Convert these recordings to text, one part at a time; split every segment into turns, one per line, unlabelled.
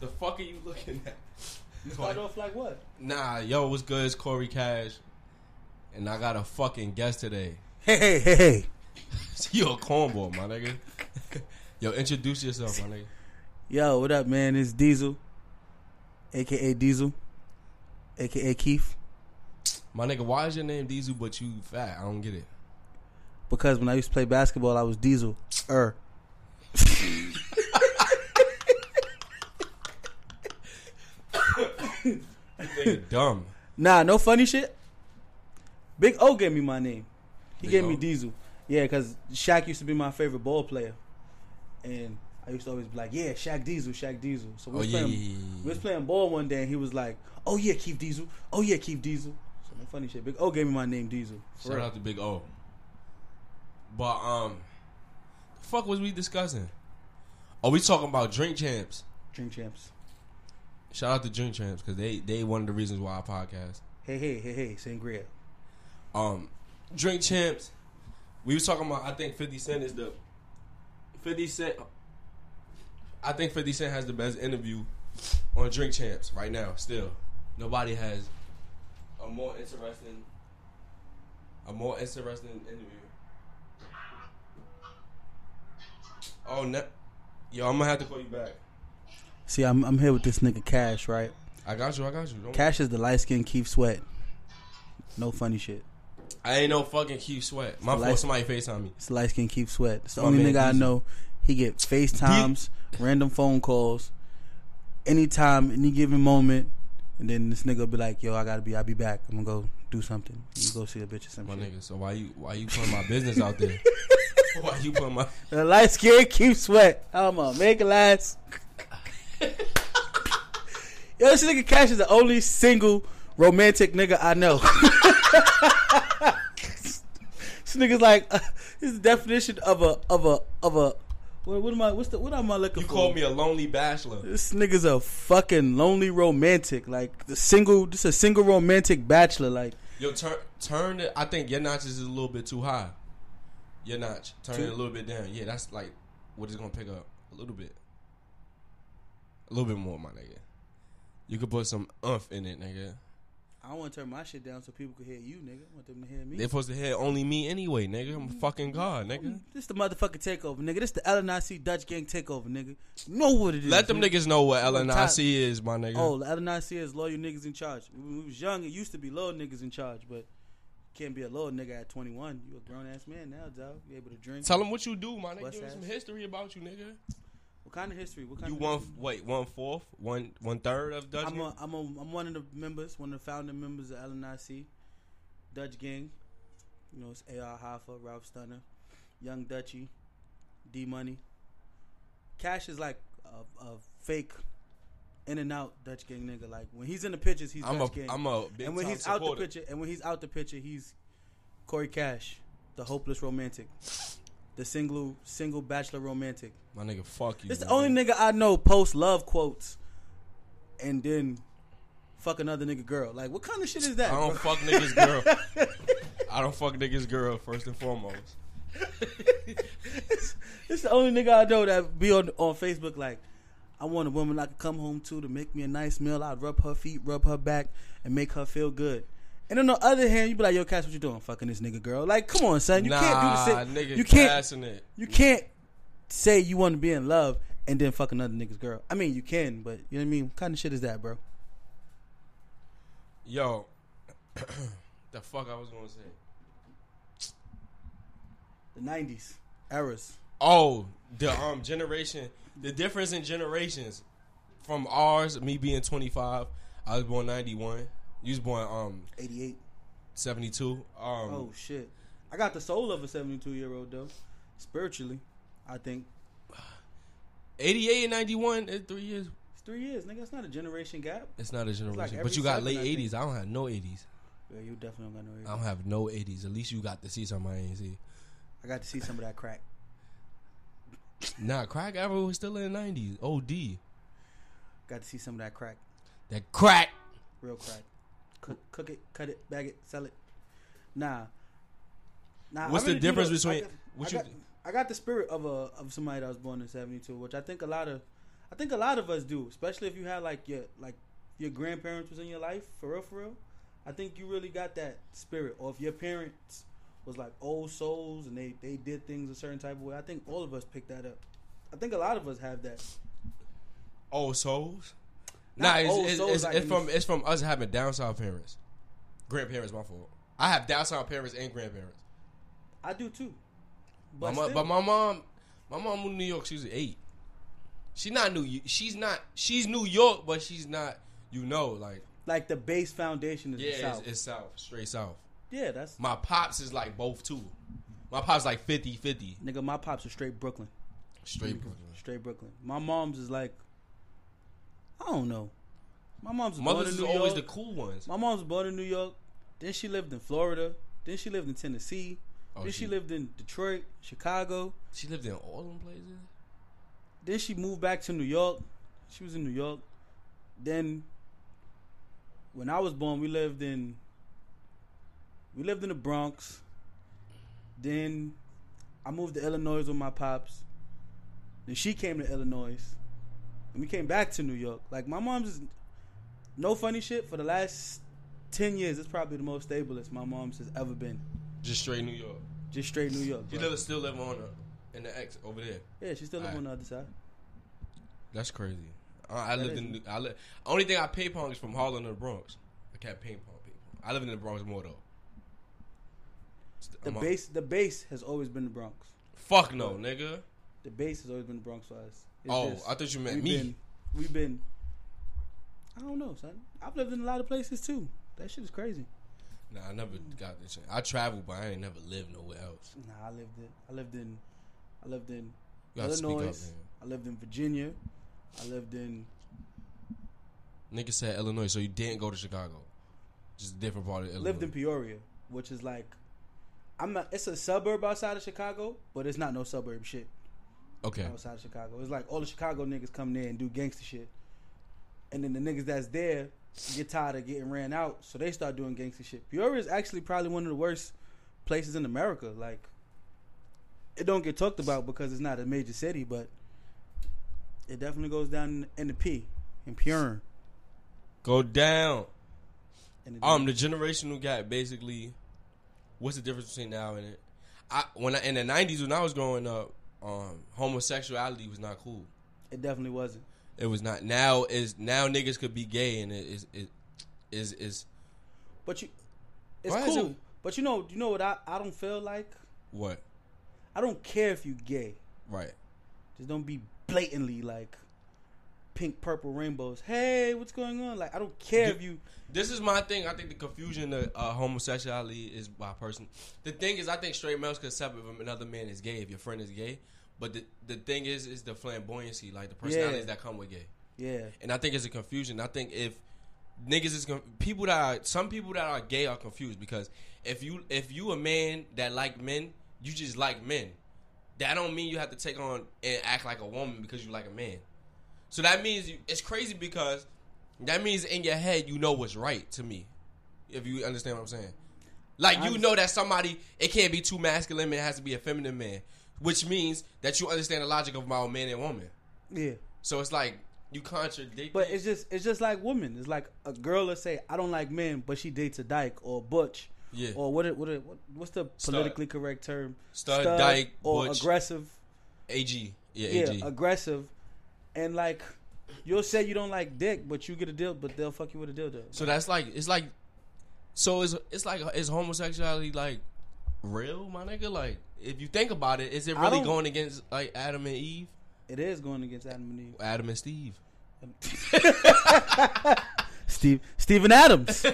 The fuck are you looking at?
You started off like what?
Nah, yo, what's good? It's Corey Cash, and I got a fucking guest today.
Hey, hey, hey, hey.
you a cornball, my nigga. yo, introduce yourself, my nigga.
Yo, what up, man? It's Diesel, aka Diesel, aka Keith.
My nigga, why is your name Diesel but you fat? I don't get it.
Because when I used to play basketball, I was Diesel. Er.
Nigga, dumb.
Nah, no funny shit. Big O gave me my name. He
Big
gave
O?
me Diesel. Yeah, because Shaq used to be my favorite ball player. And I used to always be like, yeah, Shaq Diesel, Shaq Diesel. So we
Oh
was,
yeah, yeah,
playing,
yeah, yeah,
we was
yeah.
playing ball one day, and he was like, oh, yeah, Keith Diesel. Oh, yeah, Keith Diesel. So no funny shit. Big O gave me my name, Diesel. For
Shout
real.
out to Big O. But um, the fuck was we discussing? Oh, we talking about drink champs.
Drink Champs.
Shout out to drink champs because they they one of the reasons why I podcast.
Hey, hey, hey, hey, Sangria.
Um, drink champs. We was talking about. I think Fifty Cent is the Fifty Cent. I think Fifty Cent has the best interview on Drink Champs right now. Still, nobody has a more interesting, a more interesting interview. Oh no, yo, I'm gonna have to call you back.
See, I'm I'm here with this nigga Cash, right?
I got you. I got you. Don't
Cash is the light skinned Keith Sweat. No funny shit.
I ain't no fucking Keith Sweat. My fault.
Like-
Somebody Facetime me.
It's the light skinned Keith Sweat. It's the
My
only
man,
nigga I
Diesel.
know. He get FaceTimes, random phone calls, anytime, any given moment, and then this nigga be like, "Yo, I gotta be, I'll be back. I'm gonna go do something. You go see a bitch or
My
something."
nigga, so why you why you putting my business out there? why you putting my
The light skinned Keith Sweat. I'm gonna make it last. Yo, this nigga Cash is the only single romantic nigga I know. this nigga's like uh, this is the definition of a of a of a what, what am I what's the what am I looking
You
for?
called me a lonely bachelor.
This nigga's a fucking lonely romantic, like the single. This a single romantic bachelor, like
Yo, turn turn it. I think your notch is a little bit too high. Your notch, turn it a
Too-
little bit down. Yeah, that's like what it's gonna pick up a little bit, a little bit more, my nigga. You could put some umph in it, nigga.
I want to turn my shit down so people can hear you, nigga. I want them to hear me.
They supposed to hear only me anyway, nigga. I'm a fucking god, nigga.
This the motherfucking takeover, nigga. This the LNIC Dutch gang takeover, nigga. You know what it is.
Let them
nigga.
niggas know what LNIC is, my nigga.
Oh, the LNIC is loyal niggas in charge. When we was young, it used to be low niggas in charge, but can't be a low nigga at 21. You a grown ass man now, dog. You able to drink?
Tell them what you do, my nigga.
What's
Give them
that?
some history about you, nigga.
what kind of history? What kind
You
of
one
history?
wait one fourth, one one third of Dutch.
I'm a, I'm a, I'm one of the members, one of the founding members of LNIC, Dutch Gang. You know, it's AR Hoffa, Ralph Stunner, Young Dutchy, D Money. Cash is like a, a fake in and out Dutch Gang nigga. Like when he's in the pictures, he's
I'm a
Dutch Gang.
I'm a big
and when
time
he's
supporter.
out the picture, and when he's out the picture, he's Corey Cash, the hopeless romantic, the single single bachelor romantic.
My nigga, fuck you.
This the
nigga.
only nigga I know post love quotes and then fuck another nigga girl. Like, what kind of shit is that?
I don't
bro?
fuck niggas girl. I don't fuck niggas girl first and foremost.
this, this the only nigga I know that be on on Facebook like, I want a woman I can come home to to make me a nice meal. I'd rub her feet, rub her back, and make her feel good. And on the other hand, you be like, "Yo, Cass, what you doing? Fucking this nigga girl? Like, come on, son, you
nah,
can't do the
nigga,
same. You can't,
passing it.
you can't say you want to be in love and then fuck another nigga's girl. I mean, you can, but you know what I mean. What kind of shit is that, bro?
Yo, the fuck I was gonna say.
The nineties eras.
Oh, the um generation, the difference in generations from ours. Me being 25, I was born 91. You was born um
88.
72. Um,
Oh shit. I got the soul of a 72 year old though. Spiritually, I think
88 and 91 is three years.
it's three years, nigga. It's not a generation gap.
It's not a generation,
every
but you got
seven,
late
I think.
80s. I don't have no 80s.
Yeah, you definitely don't got no.
I don't
Age.
have no 80s. At least you got to see something I ain't see.
I got to see some of that crack.
Nah, crack ever was still in the 90s. OD.
Got to see some of that crack.
That crack.
Real crack. Cook, cook it, cut it, bag it, sell it. Nah. Nah. I
What's the
do
difference
though. I
between-
got-
what
I
you
got,
d-
I got the spirit of a of somebody that was born in '72, which I think a lot of. I I think a lot of us do, especially if you had like your like your grandparents was in your life for real, for real. I think you really got that spirit, or if your parents was like old souls and they they did things a certain type of way. I think all of us picked that up. I think a lot of us have that.
Old souls.
Not
nah, it's,
old
it's,
souls,
it's,
like
it's
in
from
the-
it's from us having down south parents, grandparents. My fault. I have down south parents and grandparents.
I do too.
But my, mo-
still-
but my mom, my mom moved to New York. She was eight. She not New. Y- She's not. She's New York, but she's not. You know, like
like the base foundation is
yeah,
the south.
It's, it's south, straight south.
yeah, that's
My pops is like both too. My pops like 50-50.
nigga. My pops are straight Brooklyn,
straight
Mm-hmm.
Brooklyn.
straight Brooklyn. My mom's is like, I don't know. My mom's was born
Mothers
in
is
New
always
York.
the cool ones.
My mom's born in New York. Then she lived in Florida. Then she lived in Tennessee.
Oh,
then she lived in Detroit, Chicago.
She lived in all them places.
Then she moved back to New York. She was in New York. Then when I was born, we lived in we lived in the Bronx. Then I moved to Illinois with my pops. Then she came to Illinois. And we came back to New York. Like my mom's is no funny shit for the last 10 years. It's probably the most stablest my mom's has ever been.
Just straight New York.
Just straight New York.
She
bro.
live, still living on the, in the X over there.
yeah, she still live
Alright.
on the other side.
That's crazy. I, I
That
lived
is-
in. New- I li- only thing I ping pong is from Harlem to the Bronx. I can't ping pong people. I live in the Bronx more though.
The
I'm a-
base the base has always been the Bronx.
Fuck no, nigga.
The base has always been the Bronx for us. It's
oh,
just-
I thought you meant
we've
me.
Been, we've been. I don't know, son. I've lived in a lot of places too. That shit is crazy.
Nah, I never got this. Shit. I traveled, but I ain't never lived nowhere else.
Nah, I lived in. I lived in. I lived in
You gotta
Illinois.
speak up,
I lived in Virginia. I lived in.
man. Nigga said Illinois, so you didn't go to Chicago. Just a different part of Illinois.
Lived in Peoria, which is like, I'm not. It's a suburb outside of Chicago, but it's not no suburb shit
okay.
outside of Chicago. It's like all the Chicago niggas come there and do gangster shit, and then the niggas that's there get tired of getting ran out, so they start doing gangster shit. Peoria is actually probably one of the worst places in America. Like, it don't get talked about because it's not a major city, but it definitely goes down in, in the P in Pure.
Go down.
In the
Um, the generational gap basically. What's the difference between now and it? I when I in the '90s when I was growing up, um, homosexuality was not cool.
it definitely wasn't.
It was not. Now is now niggas could be gay and it is it is is
But you, it's
Why is
cool.
it-
But you know, you know what I, I don't feel like.
what
I don't care if you gay.
right.
Just don't be blatantly like pink, purple rainbows. Hey, what's going on? Like, I don't care if you.
This is my thing. I think the confusion of uh, homosexuality is by person. The thing is, I think straight males could accept if another man is gay if your friend is gay. But the the thing is, is the flamboyancy, like the personalities
Yeah.
that come with gay.
Yeah,
and I think it's a confusion. I think if niggas is con- people that are some people that are gay are confused because if you if you a man that like men, you just like men. That don't mean you have to take on and act like a woman because you like a man. So that means you, it's crazy because that means in your head you know what's right to me. If you understand what I'm saying. Like you
I'm-
know that somebody it can't be too masculine man, it has to be a feminine man, which means that you understand the logic of my man and woman.
yeah.
So it's like you contradict
But it's just, it's just like women. It's like a girl that say, I don't like men, but she dates a dyke or a butch.
Yeah.
Or what? It, what, it, what? What's the
Stud.
politically correct term?
Stud, dyke,
or
butch.
aggressive.
AG. Yeah,
Yeah,
AG.
aggressive. And like, you'll say you don't like dick, but you get a deal, but they'll fuck you with a dildo.
so that's like it's like so it's it's like is homosexuality like real, my nigga? Like if you think about it, is it
I
really
don't-
going against like Adam and Eve?
It is going against Adam and Eve.
Adam and Steve.
Steve Steven Adams.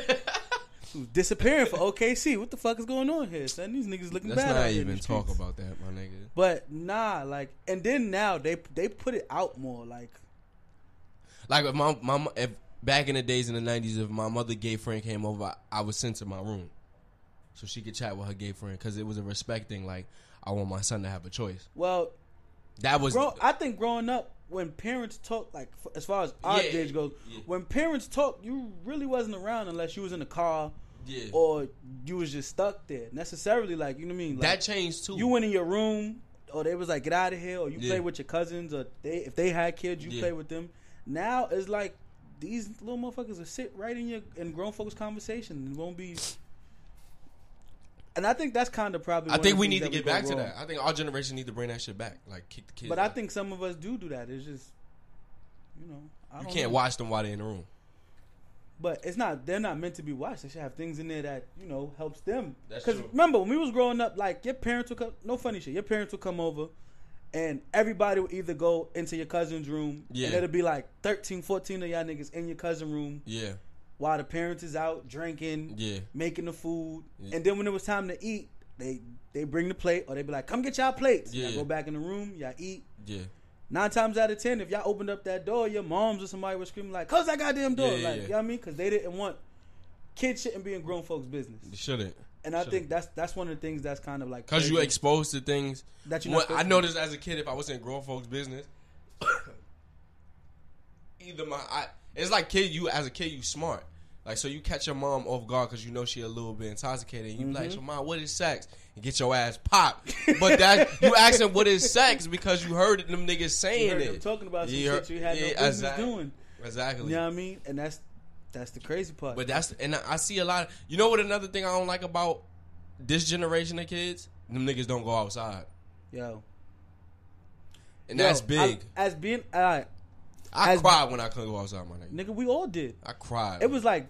Who's disappearing for OKC. What the fuck is going on here, son? These niggas looking
Let's
bad. out
not
here in
even
the
talk
streets.
about that, my nigga.
But nah, like and then now they they put it out more like
Like if my my mo- if back in the days in the nineties, if my mother gay friend came over, I, I would send to my room so she could chat with her gay friend because it was a respect thing. Like I want my son to have a choice.
well,
That was
grow, I think growing up when parents talk like f- as far as our
Yeah,
age goes,
yeah.
when parents talk, you really wasn't around unless you was in the car
yeah.
Oh, or you was just stuck there. Necessarily like, you know what I mean? Like
that changed too.
you went in your room or they was like get out of here, or you
Yeah.
play with your cousins, or they if they had kids, you
Yeah.
play with them. Now it's like these little motherfuckers will sit right in your in grown folks' conversation and won't be. And I think that's kind of probably.
I
one of
think
the
we
things
need
that
to get
go
back to
wrong.
that. I think our generation need to bring that shit back. Like kick the kids.
But I
out.
think some of us do do that. It's just, you know, I
you
don't
can't
know.
watch them while they're in the room.
But it's not. They're not meant to be watched. They should have things in there that you know helps them.
That's
Because
true.
remember when we was growing up, like your parents would come. No funny shit. Your parents would come over, and everybody would either go into your cousin's room,
Yeah.
and it'll be like 13, 14 of y'all niggas in your cousin room
Yeah,
while the parents is out drinking,
yeah,
making the food,
Yeah.
and then when it was time to eat, they they bring the plate or they be like, "Come get y'all plates." Yeah.
Yeah.
go back in the room. Y'all eat.
yeah.
Nine times out of ten, if y'all opened up that door, your moms or somebody was screaming like, "Close that goddamn door!"
Yeah, yeah,
like,
yeah.
you know what I mean? Because they didn't want kids shouldn't be in grown folks' business.
You shouldn't.
And I
Sure.
think that's that's one of the things that's kind of like
Cause you
plaguing-
exposed to things.
that you
When- I noticed as a kid, if I was in grown folks' business, either my I, it's like kid you as a kid you smart, like so you catch your mom off guard because you know she a little bit intoxicated. And you be
Mm-hmm.
like, so mom, what is sex? And get your ass popped. But that you asking what is sex because you heard them niggas saying
you heard
it,
them talking about some
You heard-
shit you had no
yeah,
business
exact-
doing. You
Exactly.
know what I mean? And that's that's the crazy part.
But that's and I I see a lot. Of, you know what? Another thing I don't like about this generation of kids, them niggas don't go outside,
yo,
and
Yo,
that's big.
I- as being, uh,
I,
as-
cried when I couldn't go outside, my nigga.
nigga, we all did.
I cried.
It was like.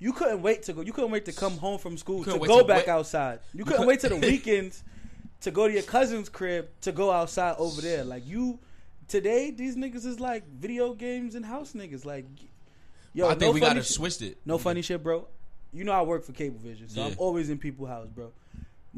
You couldn't wait to go. You couldn't wait to come home from school to
couldn't wait
go
to
back
wait-
outside. You couldn't
could-
wait to the weekends to go to your cousin's crib to go outside over there. Like you, today these niggas is like video games and house niggas. Like, yo,
I think
no
we
funny
gotta
shit-
switch it.
No funny shit, bro. You know I work for Cablevision, so I'm
Yeah.
always in people's house, bro.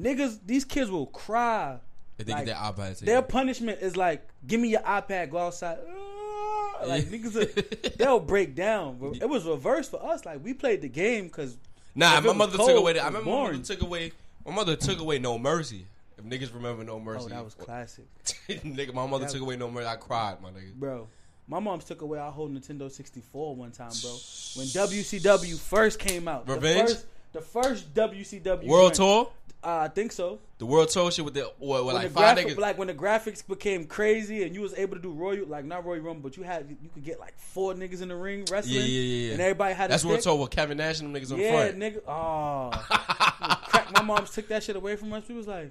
Niggas, these kids will cry.
If they
like,
get that iPad,
Their punishment is like, give me your iPad, go outside. Ah, Like
Yeah.
niggas, are, they'll break down. Bro. It was reversed for us. Like we played the game because
nah, my
if it was
mother
cold,
took away.
it
That. I
was
remember my
boring.
mother took away. My mother took away no mercy. If niggas remember no mercy,
oh, that was classic,
nigga, my mother
That-
took away no mercy. I cried, my nigga.
bro. My mom's took away our whole Nintendo 64 one time, bro. When WCW first came out,
Revenge?
The first, the first WCW
World
joint.
tour,
Uh, I think so.
the world tour shit with the what, what,
when
like
the
five
graphic-
niggas.
like when the graphics became crazy and you was able to do Royal, like not Royal Rumble, but you had you could get like four niggas in the ring wrestling,
Yeah, yeah, yeah, yeah.
and everybody had.
That's
a
world
stick.
tour with Kevin Nash and them niggas on the
Yeah,
front.
nigga. Oh, crack. My mom's took that shit away from us. We was like,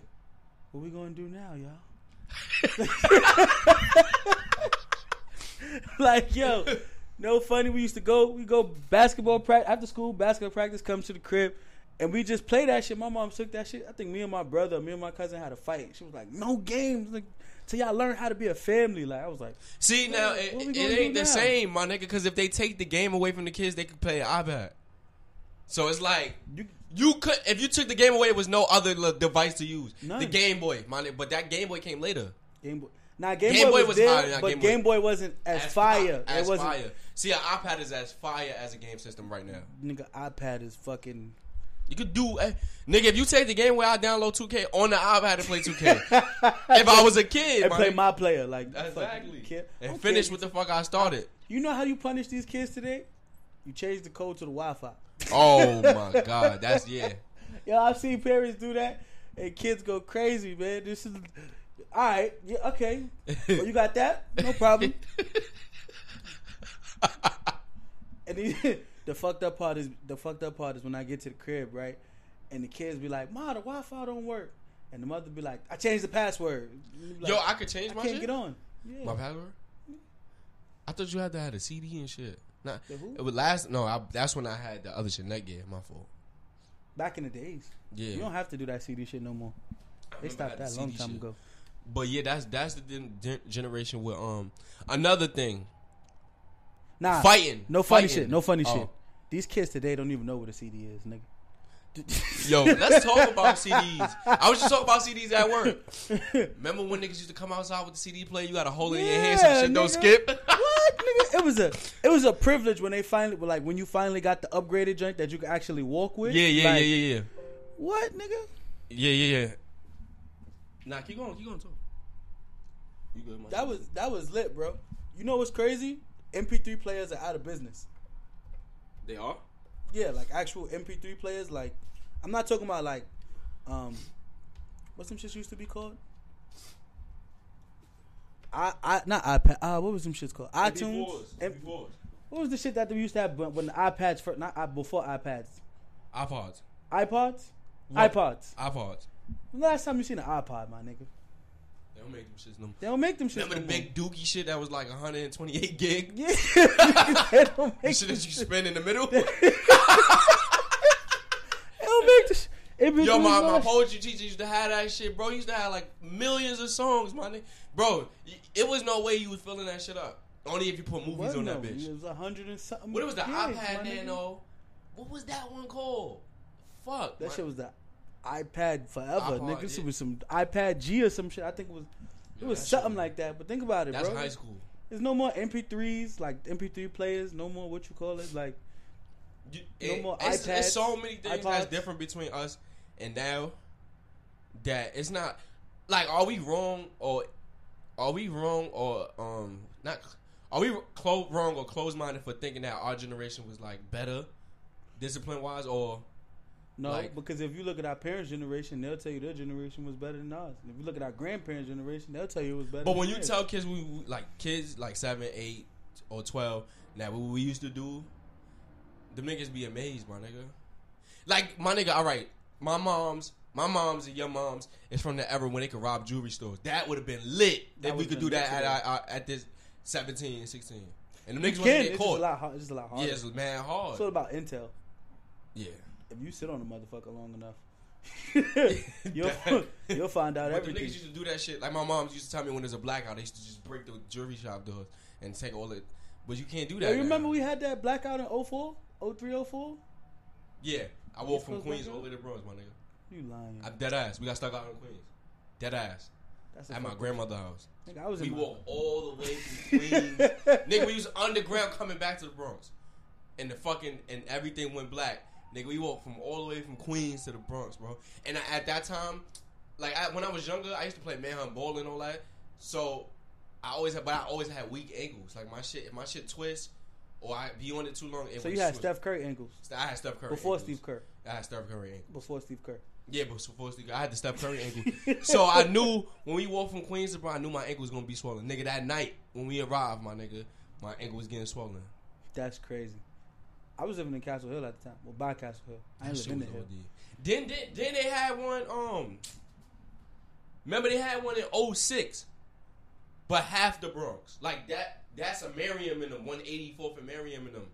"What we gonna do now, y'all?" like, yo, no funny. We used to go. We go basketball practice after school. Basketball practice comes to the crib. And we just play that shit. My mom took that shit. I think me and my brother, me and my cousin had a fight. She was like, "No games, like, till y'all learn how to be a family." Like I was like,
See now,
What-
it,
what we
it
gonna
ain't
do
the
now?
same, my nigga. Because if they take the game away from the kids, they could play an iPad. So it's like
"You
you could if you took the game away, it was no other li- device to use. The
None.
Game Boy, my nigga. But that Game Boy came later.
Game Boy." Now Game,
Game
Boy,
Boy
was,
was
there,
fire. Nah,
but
Game
Game
Boy-
Boy, wasn't as,
As
fire.
fi- as
it wasn't
fire. See, an iPad is as fire as a game system right now.
Nigga, iPad is fucking.
You could do, eh, nigga. If you take the game where I download 2K on the iPad to play 2K. if I was a kid,
And
my
play
nigga.
my player like fuck,
exactly,
you can't-
and
okay.
finish what the fuck I started.
You know how you punish these kids today? You change the code to the Wi-Fi.
Oh my god, that's yeah.
Yo, I've seen parents do that, and kids go crazy, man. This is all right. Yeah, okay. Well, you got that? No problem. And then, the fucked up part is the fucked up part is when I get to the crib, right? And the kids be like, "Ma, the Wi-Fi don't work," and the mother be like, "I changed the password." You be like,
Yo, I could change
I
my
can't
shit.
get on. Yeah.
My password? I thought you had to have a CD and shit. Nah,
The who?
it was last. No, I, that's when I had the other shit. Netgear, my fault.
Back in the days,
Yeah,
you don't have to do that CD shit no more. They
remember
stopped
I had
that
the
a long
CD
time
shit.
ago.
but yeah, that's that's the gen- gen- generation with um another thing
Nah,
fighting.
No funny
Fighting.
shit. No funny
Oh.
shit. These kids today don't even know what a CD is, nigga.
Yo, let's talk about CDs. I was just talking about CDs at work. Remember when niggas used to come outside with the CD player? You got a hole in your hand so the
Yeah,
shit don't
nigga.
skip.
what, nigga? It was a it was a privilege when they finally like when you finally got the upgraded joint that you could actually walk with.
yeah, yeah,
Like,
yeah, yeah, yeah,
What, nigga?
yeah, yeah, yeah. Nah, keep going, keep going, talk. You good, my
That was that was lit, bro. You know what's crazy? MP3 players are out of business.
they are.
Yeah, like actual MP3 players. Like, I'm not talking about like, um, what some shit used to be called? I, I not iPad. Uh, what was them shits called? iTunes. And
MP4s.
what was the shit that we used to have when when the iPads first? Not i- before iPads.
iPods.
iPods.
What?
iPods.
iPods.
When the last time you seen an iPod, my nigga?
They don't make them shits no
They don't make them shits.
Remember the
no more.
big dookie shit that was like 128 gig?
Yeah, they don't
The
make.
shit that you spend in the middle?
They don't make this. It be
Yo,
doing
my, my
much.
poetry teacher used to have that shit, bro. He used to have like millions of songs, my nigga. Bro, y- it was no way you was filling that shit up. Only if you put movies
What?
on
No,
that bitch.
It was a hundred and something.
What it was the
gigs, my
iPad
nigga.
Nano? What was that one called? Fuck.
That
my-
shit was the iPad forever,
iPod,
nigga. This
yeah.
was some iPad G or some shit. I think it was. It
Yo,
was
that shit
something like that. But think about it,
That's
bro.
high school.
There's no more MP3s, like MP3 players. No more what you call it, like
You,
No
it-
more
it's, it's
iPads,
so many things that's
iPods.
different between us and now that it's not like are we wrong or are we wrong or um not are we clo- wrong or closed minded for thinking that our generation was like better discipline wise or
no.
Like-
because if you look at our parents' generation, they'll tell you their generation was better than ours. And if you look at our grandparents' generation, they'll tell you it was better.
But
than
when you
theirs.
tell kids we we- like kids like seven, eight, or twelve, that what we used to do, the niggas be amazed, my nigga. Like my nigga, all right, my mom's, my mom's and your mom's is from the era when they could rob jewelry stores. That would have been lit
That
if we
would've
could do
been
that
lit
at
today.
our, our, at this 17 and 16. And the niggas want to
again,
get
it's just a
caught.
lot. har- It's just a lot
yeah,
harder.
it's mad hard.
it's all about intel.
yeah.
If you sit on a motherfucker long enough, you'll you'll find out
But the niggas
everything.
used to do that shit. Like my mom's used to tell me when there's a blackout, they used to just break the jewelry shop doors and take all it. But you can't do that.
Yo, you
now.
remember we had that blackout in 04? 03, 04?
Yeah, I walked from
supposed to
Queens
go?
all the way to Bronx, my nigga.
You lying.
I'm dead ass. We got stuck out in Queens. Dead ass.
That's
At my
fuck-
grandmother's house.
Nigga, I was
We
in my-
walked all the way from Queens. nigga, we was underground coming back to the Bronx. And the fucking, and everything went black. Nigga, we walked from all the way from Queens to the Bronx, bro. And I, at that time, like I, when I was younger, I used to play manhunt ball and all that. So I always had, but I always had weak ankles. Like my shit, if my shit twists or I be on it too long, it
So
would
you had
switch.
Steph Curry ankles
I had Steph Curry
before
ankles.
Steve Kerr.
I had Steph Curry ankles.
Before Steve Kerr.
Yeah, but supposed to. I had the Steph Curry ankle, so I knew when we walked from Queens to Bronx, I knew my ankle was gonna be swollen. Nigga, that night when we arrived, my nigga, my ankle was getting swollen.
That's crazy. I was living in Castle Hill at the time. Well, by Castle Hill. I
That
ain't
shit
living
was
in Hill.
OD. Then, then, then they had one. Um, remember they had one in 06, but half the Bronx, like that. That's a Merriam in them, 184th and Merriam in them.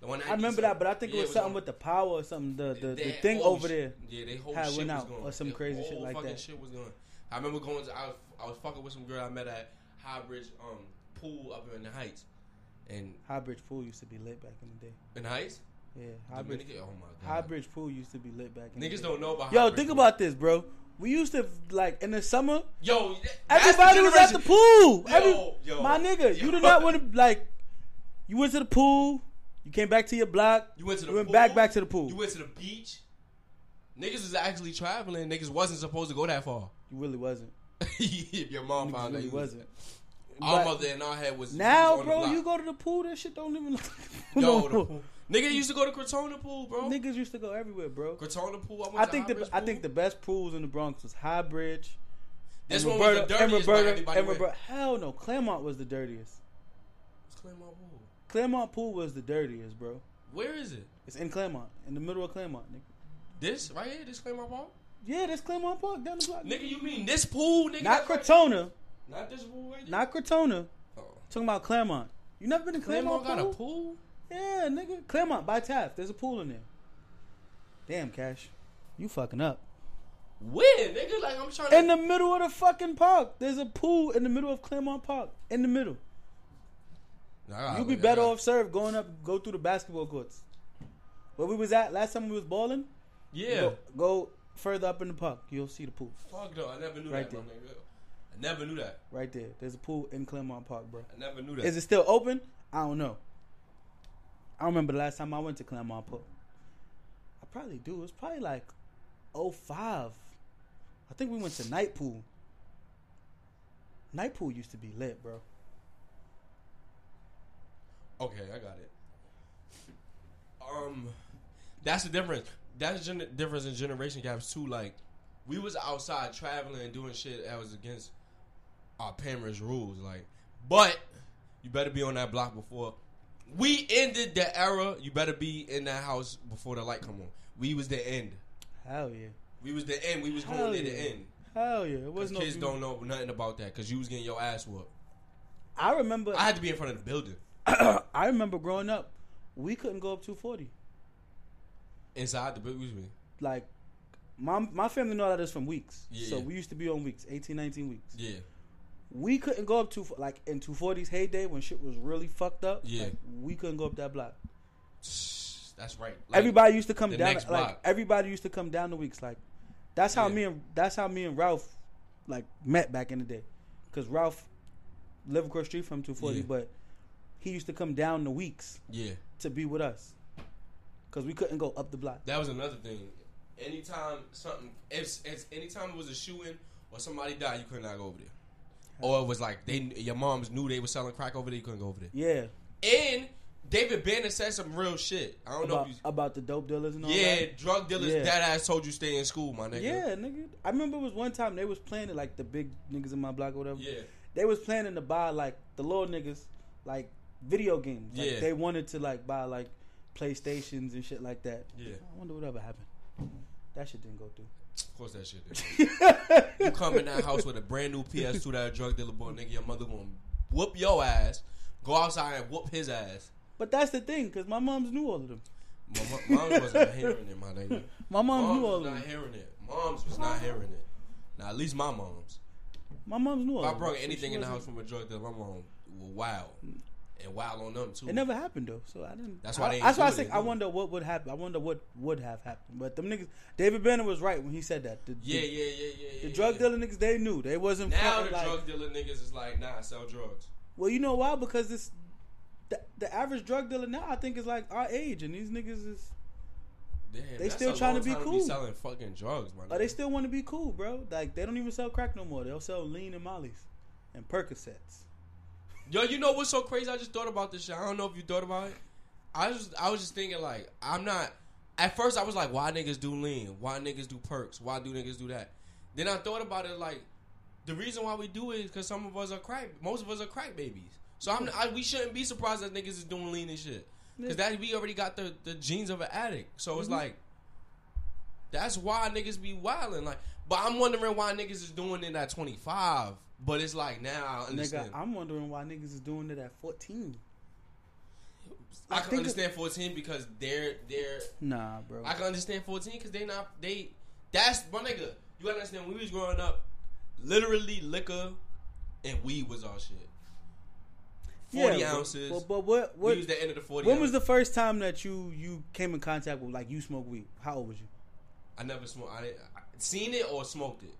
The one
I remember that, but I think it was something with the power or something. The the, the thing over there.
Yeah, they whole
had
shit
went
was
out
going.
or some
Their
crazy shit
whole
like
fucking
that.
shit was going. I remember going. To, I was I was fucking with some girl I met at Highbridge um pool up in the Heights, and
High Bridge Pool used to be lit back in the day.
in the Heights,
Yeah, High Bridge,
Dominican. Oh my
High
god,
Bridge Pool used to be lit back in the
niggas
day.
don't know about.
Yo,
Highbridge
think
Pool.
about this, bro. We used to like in the summer.
yo. th- that's
Everybody was at the
generation-
pool.
Yo,
Every-
yo,
my nigga,
yo.
you did not want to like. You went to the pool. You came back to your block.
You went to the
you went
pool,
back back to the pool.
You
You,
went to the beach. Niggas was actually traveling. Niggas wasn't supposed to go that far.
really wasn't.
if your mom
Niggas
found out,
really
you was-
wasn't.
Our
But
mother and our head was was on
now,
the
bro,
block.
you go to the pool. That shit don't even. Look
Yo,
no
the
more.
pool. Nigga used to go to Crotona Pool, bro.
Niggas used to go everywhere, bro.
Crotona Pool. I, went
I
to
think the
Highbridge
I
Pool.
think the best pools in the Bronx was High Bridge.
this
and
one was the
Roberta- and
dirtiest. Like
Roberta-
everybody
and
went.
Roberta- Hell no, Claremont was the dirtiest.
It's Claremont Pool.
Claremont pool was the dirtiest, bro.
Where is it?
It's in Claremont, in the middle of Claremont, nigga.
This right here. This Claremont Pool.
Yeah, that's Claremont Park down the block.
Nigga, you mean this pool? Nigga,
Not
that's right-
Crotona.
Not this pool right there.
Not Crotona.
Oh.
Talking about Claremont. You never been to Claremont,
Claremont got a
pool?
pool.
Yeah, nigga. Claremont by Taft. There's a pool in there. Damn, Cash. You fucking up.
Where, nigga? Like I'm trying to.
In the middle of the fucking park. There's a pool in the middle of Claremont Park. In the middle.
Nah, I gotta
You'd be
look that
better
up.
off served going up, go through the basketball courts. Where we was at last time we was balling,
Yeah.
go, go further up in the park. You'll see the pool
Fuck no, I never knew
Right
that, my
there.
nigga. I never knew that.
right there. There's a pool in Claremont Park, bro.
I never knew that.
Is it still open? I don't know. I remember the last time I went to Claremont Park. I probably do. It was probably like 05. I think we went to night pool. Night pool used to be lit, bro.
Okay, I got it. Um, that's the difference. That's the gen- difference in generation gaps too. Like, we was outside traveling and doing shit that was against are Pamera's rules. Like, but you better be on that block before we ended the era. You better be in that house before the light come on. We was the end.
Hell yeah.
We was the end. We was
Hell
going near
yeah.
the end.
Hell yeah. It was
Cause
no
kids don't know nothing about that because you was getting your ass whooped.
I remember
I had to be in front of the building
I remember growing up, we couldn't go up 240.
inside the building.
Like my my family know all of this from weeks.
Yeah,
so
yeah.
we used to be on weeks, 18, 19 weeks.
Yeah,
We couldn't go up to like in 240's heyday when shit was really fucked up.
Yeah.
Like, we couldn't go up that block.
that's right. Like,
everybody used to come
the
down
next
like
block.
everybody used to come down the weeks like that's how
Yeah.
me and that's how me and Ralph like met back in the day cuz Ralph lived across the street from 240
Yeah.
but he used to come down the weeks
Yeah,
to be with us cuz we couldn't go up the block
that was another thing. Anytime something, if, if anytime it was a shooting or somebody died, you could not go over there. Or it was like they, your moms knew they were selling crack over there. You couldn't go over there.
yeah
And David Bannon said some real shit. I don't
about,
know. if you...
about the dope dealers and all
Yeah,
that
drug dealers.
Yeah.
That ass told you stay in school, my nigga.
yeah, nigga. I remember it was one time they was planning like the big niggas in my block or whatever.
yeah.
they was planning to buy like the little niggas like video games. Like,
Yeah.
They wanted to like buy like PlayStations and shit like that.
Yeah.
I wonder what ever happened. That shit didn't go through.
Of course that shit. Did. you come in that house with a brand new PS2 that a drug dealer bought, nigga. Your mother gonna whoop your ass. Go outside and whoop his ass.
But that's the thing, cause my moms knew all of them.
My, my, moms wasn't hearing it, my nigga.
My mom
Moms
knew all
was
of
not
them.
hearing it. Moms was not hearing it. Now at least my moms.
My moms knew
If
all.
I
of them.
brought
Oh, So
anything
she
in the house
wasn't-
from a drug dealer, my mom will wow and wow on them too.
It never happened though, so I didn't.
That's why
I,
they ain't
that's why I
do it,
said
they
I
do.
wonder what would happen. I wonder what would have happened. But them niggas, David Banner was right when he said that. The,
yeah,
the,
yeah, yeah, yeah, yeah.
the
yeah.
drug dealer niggas, they knew they wasn't.
Now
fucking
the
like,
drug dealer niggas is like, nah, sell drugs.
Well, you know why? Because this the, the average drug dealer now I think is like our age, and these niggas is
Damn,
They
that's
still
a
trying
long
to be
time
cool.
selling fucking drugs, my
oh,
nigga.
they still want to be cool, bro. Like they don't even sell crack no more. They'll sell lean and mollies and Percocets.
Yo, you know what's so crazy? I just thought about this shit. I don't know if you thought about it. I was I was just thinking like I'm not. At first, I was like, why niggas do lean? Why niggas do perks? Why do niggas do that? Then I thought about it like the reason why we do it is because some of us are crack. Most of us are crack babies. So I'm I, we shouldn't be surprised that niggas is doing lean and shit because that we already got the the genes of an addict. So it's
Mhm.
like that's why niggas be wilding. Like, but I'm wondering why niggas is doing it at 25. But it's like now I understand.
Nigga, I'm wondering why niggas is doing it at 14.
I
I
can
think
understand 14 because they're they're.
Nah, bro.
I can understand 14 because they not they. That's my nigga. You gotta understand when we was growing up, literally liquor and weed was our shit. 40
Yeah, but-
ounces.
But, but what? what
we was the end of the 40.
when was the first time that you you came in contact with like you smoked weed? How old was you?
I never smoked. I, didn't- I seen it or smoked it.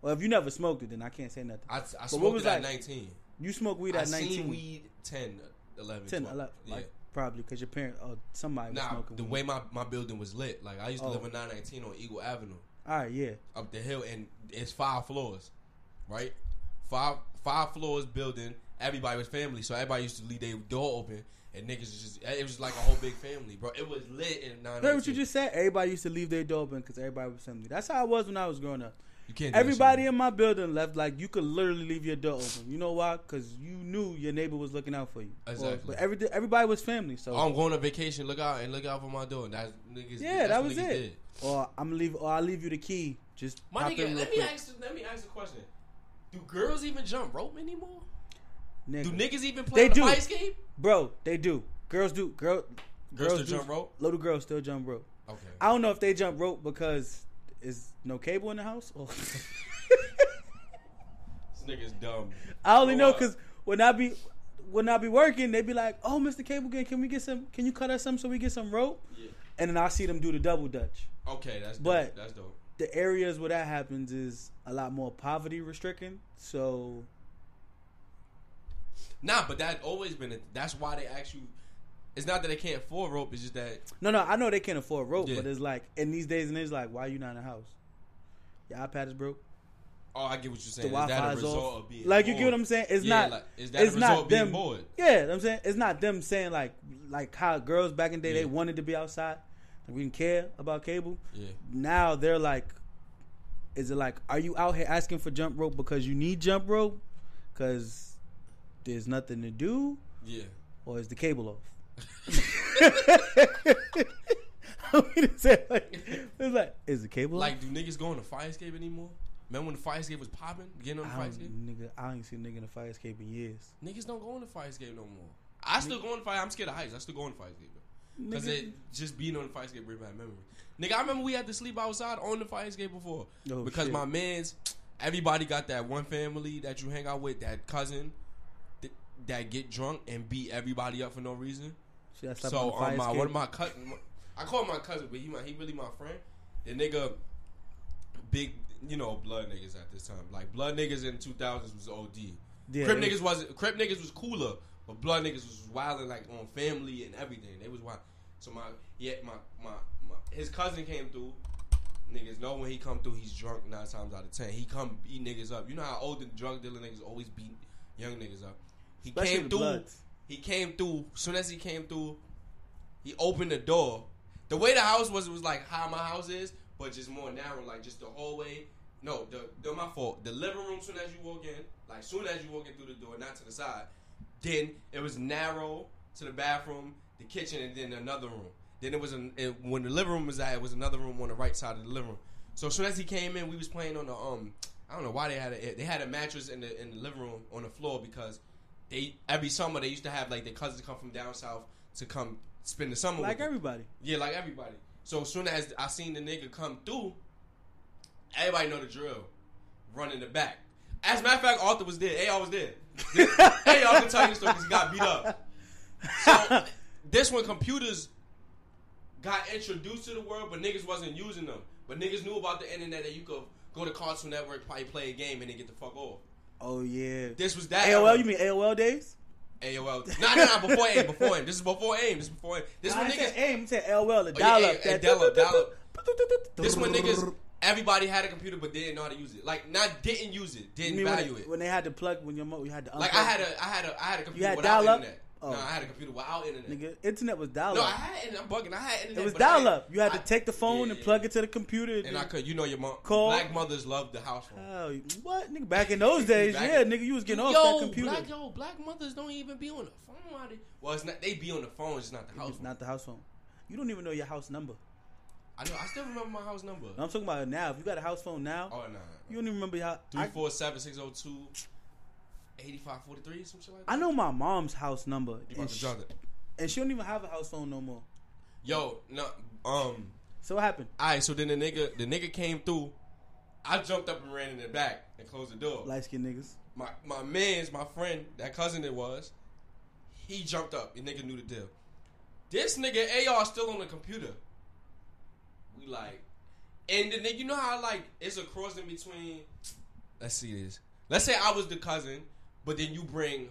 Well, if you never smoked it, then I can't say nothing.
I, I
what
smoked
was
it at
like-
19.
You smoked weed
I
at 19,
seen weed 10, 11,
10,
12.
11,
Yeah.
like probably because your parents or somebody was
Nah,
smoking
the
weed.
way my, my building was lit, like I used to
Oh.
live in 919 on Eagle Avenue.
All right, yeah.
up the hill, and it's five floors, right? Five five floors building. Everybody was family, so everybody used to leave their door open, and niggas was just it was like a whole big family, bro. It was lit in nine.
Heard what you just said? Everybody used to leave their door open because everybody was family. That's how I was when I was growing up.
You can't. do that
Everybody
shit.
in my building left like you could literally leave your door open. You know why? Because you knew your neighbor was looking out for you. Or-
Exactly.
but every, everybody was family. So
Oh, I'm going on vacation. Look out and look out for my door. And that's niggas. that's
yeah, that
what
was
niggas
it.
Did.
Or I'm leave. Or I leave you the key. Just
My
pop
nigga,
in real
let me
quick.
ask. Let me ask a question. Do girls even jump rope anymore?
Nigga.
Do niggas even play
They
the
do.
ice game?
bro, they do. Girls do. Girl,
Girls,
do
do jump rope.
Little girls still jump rope.
Okay.
I don't know if they jump rope because is no cable in the house. Or
This nigga's dumb.
I only
Oh,
know
uh,
because when I be when I be working, they be like, "Oh, Mr. Cable Gang, can we get some? Can you cut us some so we get some rope?"
Yeah.
And then I see them do the double dutch.
Okay, that's dope.
But-
that's dope.
The areas where that happens is a lot more poverty restricting. So
Nah, but that always been. A, that's why they ask you. It's not that they can't afford rope. It's just that
no, no, I know they can't afford rope,
Yeah.
but it's like in these days and it's like, why you not in the house? Your iPad is broke.
oh, I get what you're
The
saying. Is that
Wi-Fi
a
is
result
off.
of being
Like you
bored?
get what I'm saying? It's
Yeah,
not.
like, is that a
it's
result
not
of being
them.
bored?
Yeah, you know what I'm saying it's not them saying like like how girls back in the day
Yeah.
they wanted to be outside. Like, we didn't care about cable.
Yeah,
now they're like, is it like, are you out here asking for jump rope because you need jump rope, because there's nothing to do,
Yeah.
or is the cable off? I'm gonna say like, it's like, is the cable
Like, do niggas go on the fire escape anymore? Remember when the fire escape was popping? Getting on
off?
the
I
fire
don't,
escape?
nigga, I ain't seen a nigga in a fire escape in years.
Niggas don't go on the fire escape no more. I still go on the fire. I'm scared of heights. I still go on the fire escape. Because
Nigga-
it just being on the fire escape brings back memory. Nigga, I remember we had to sleep outside on the fire escape before.
Oh,
because
shit.
my man's, everybody got that one family that you hang out with, that cousin th- that get drunk and beat everybody up for no reason.
Should I stop on
So
the fire
um, my
escape?
one of my cousin, I call him my cousin, but he my, he really my friend. The nigga, big you know blood niggas at this time. Like blood niggas in two thousands was OD.
Yeah,
Crip
it was-
niggas wasn't. Crip niggas was cooler, but blood niggas was wilding like on family and everything. They was wild. So my yeah my my, my his cousin came through. Niggas know when he come through, he's drunk nine times out of ten. He come beat niggas up. You know how old and drug dealer niggas always beat young niggas up. He
Especially
came
the
through.
Bloods.
He came through. Soon as he came through, he opened the door. The way the house was was like how my house is, but just more narrow, like just the hallway. No, the, the my fault. The living room. Soon as you walk in, like soon as you walk in through the door, not to the side. Then it was narrow to the bathroom, the kitchen, and then another room. Then it was an, it, when the living room was at, it was another room on the right side of the living room. So as soon as he came in, we was playing on the um, I don't know why they had a they had a mattress in the in the living room on the floor because they every summer they used to have like their cousins come from down south to come spend the summer. with
like
them.
everybody.
Yeah, like everybody. So as soon as I seen the nigga come through, everybody know the drill. Run in the back. As a matter of fact, Arthur was there. AR was there. hey, Arthur tell you the story 'cause he got beat up. So this when computers got introduced to the world, but niggas wasn't using them. But niggas knew about the internet that you could go to Cartoon Network, probably play a game, and then get the fuck off.
Oh yeah.
This was that.
AOL?
era.
You mean AOL days?
AOL? Nah, nah, nah. Before AIM, before AIM. This is before AIM. This is before AIM. This is
Nah,
when
I
niggas
said AIM, I said AOL, the
Oh, yeah,
dial up.
yeah, yeah, dial-up, This when niggas everybody had a computer but didn't know how to use it. Like not didn't use it,
You
didn't
mean when
value
they-
it.
when they had to plug when your mo- you had to unplug.
Like I had a I had a I had a computer
had
without
dial-up?
internet.
Oh.
No, I had a computer without internet.
nigga internet was dial
No, I
up.
had internet. I'm bugging. I had internet.
it was
but I
dial up.
didn't-
You had to
I-
take the phone
yeah,
and
yeah.
plug it to the computer.
And I could, you know, your mom.
Call.
Black mothers love the house phone.
Oh, you- what nigga? Back in those days,
Back
yeah,
in-
nigga, you was getting off
yo,
that computer.
black yo, black mothers don't even be on the phone. Out there. Well, it's not. They be on the phone. It's not the house.
it's
phone.
not the house phone. You don't even know your house number.
I know. I still remember my house number.
No, I'm talking about now. If you got a house phone now,
Oh no.
you don't even remember how.
Three
I,
four seven six zero two. 8543, some shit like that.
I know my mom's house number,
You
and
about to
she,
drop it.
and she don't even have a house phone no more.
Yo, no, um,
So what happened?
All right, so then the nigga, the nigga came through. I jumped up and ran in the back and closed the door.
Light skinned niggas.
my my man's, my friend, that cousin it was, he jumped up. The nigga knew the deal. This nigga AR still on the computer. We like, and the nigga, you know how like it's a cross in between. Let's see this. Let's say I was the cousin, but then you bring,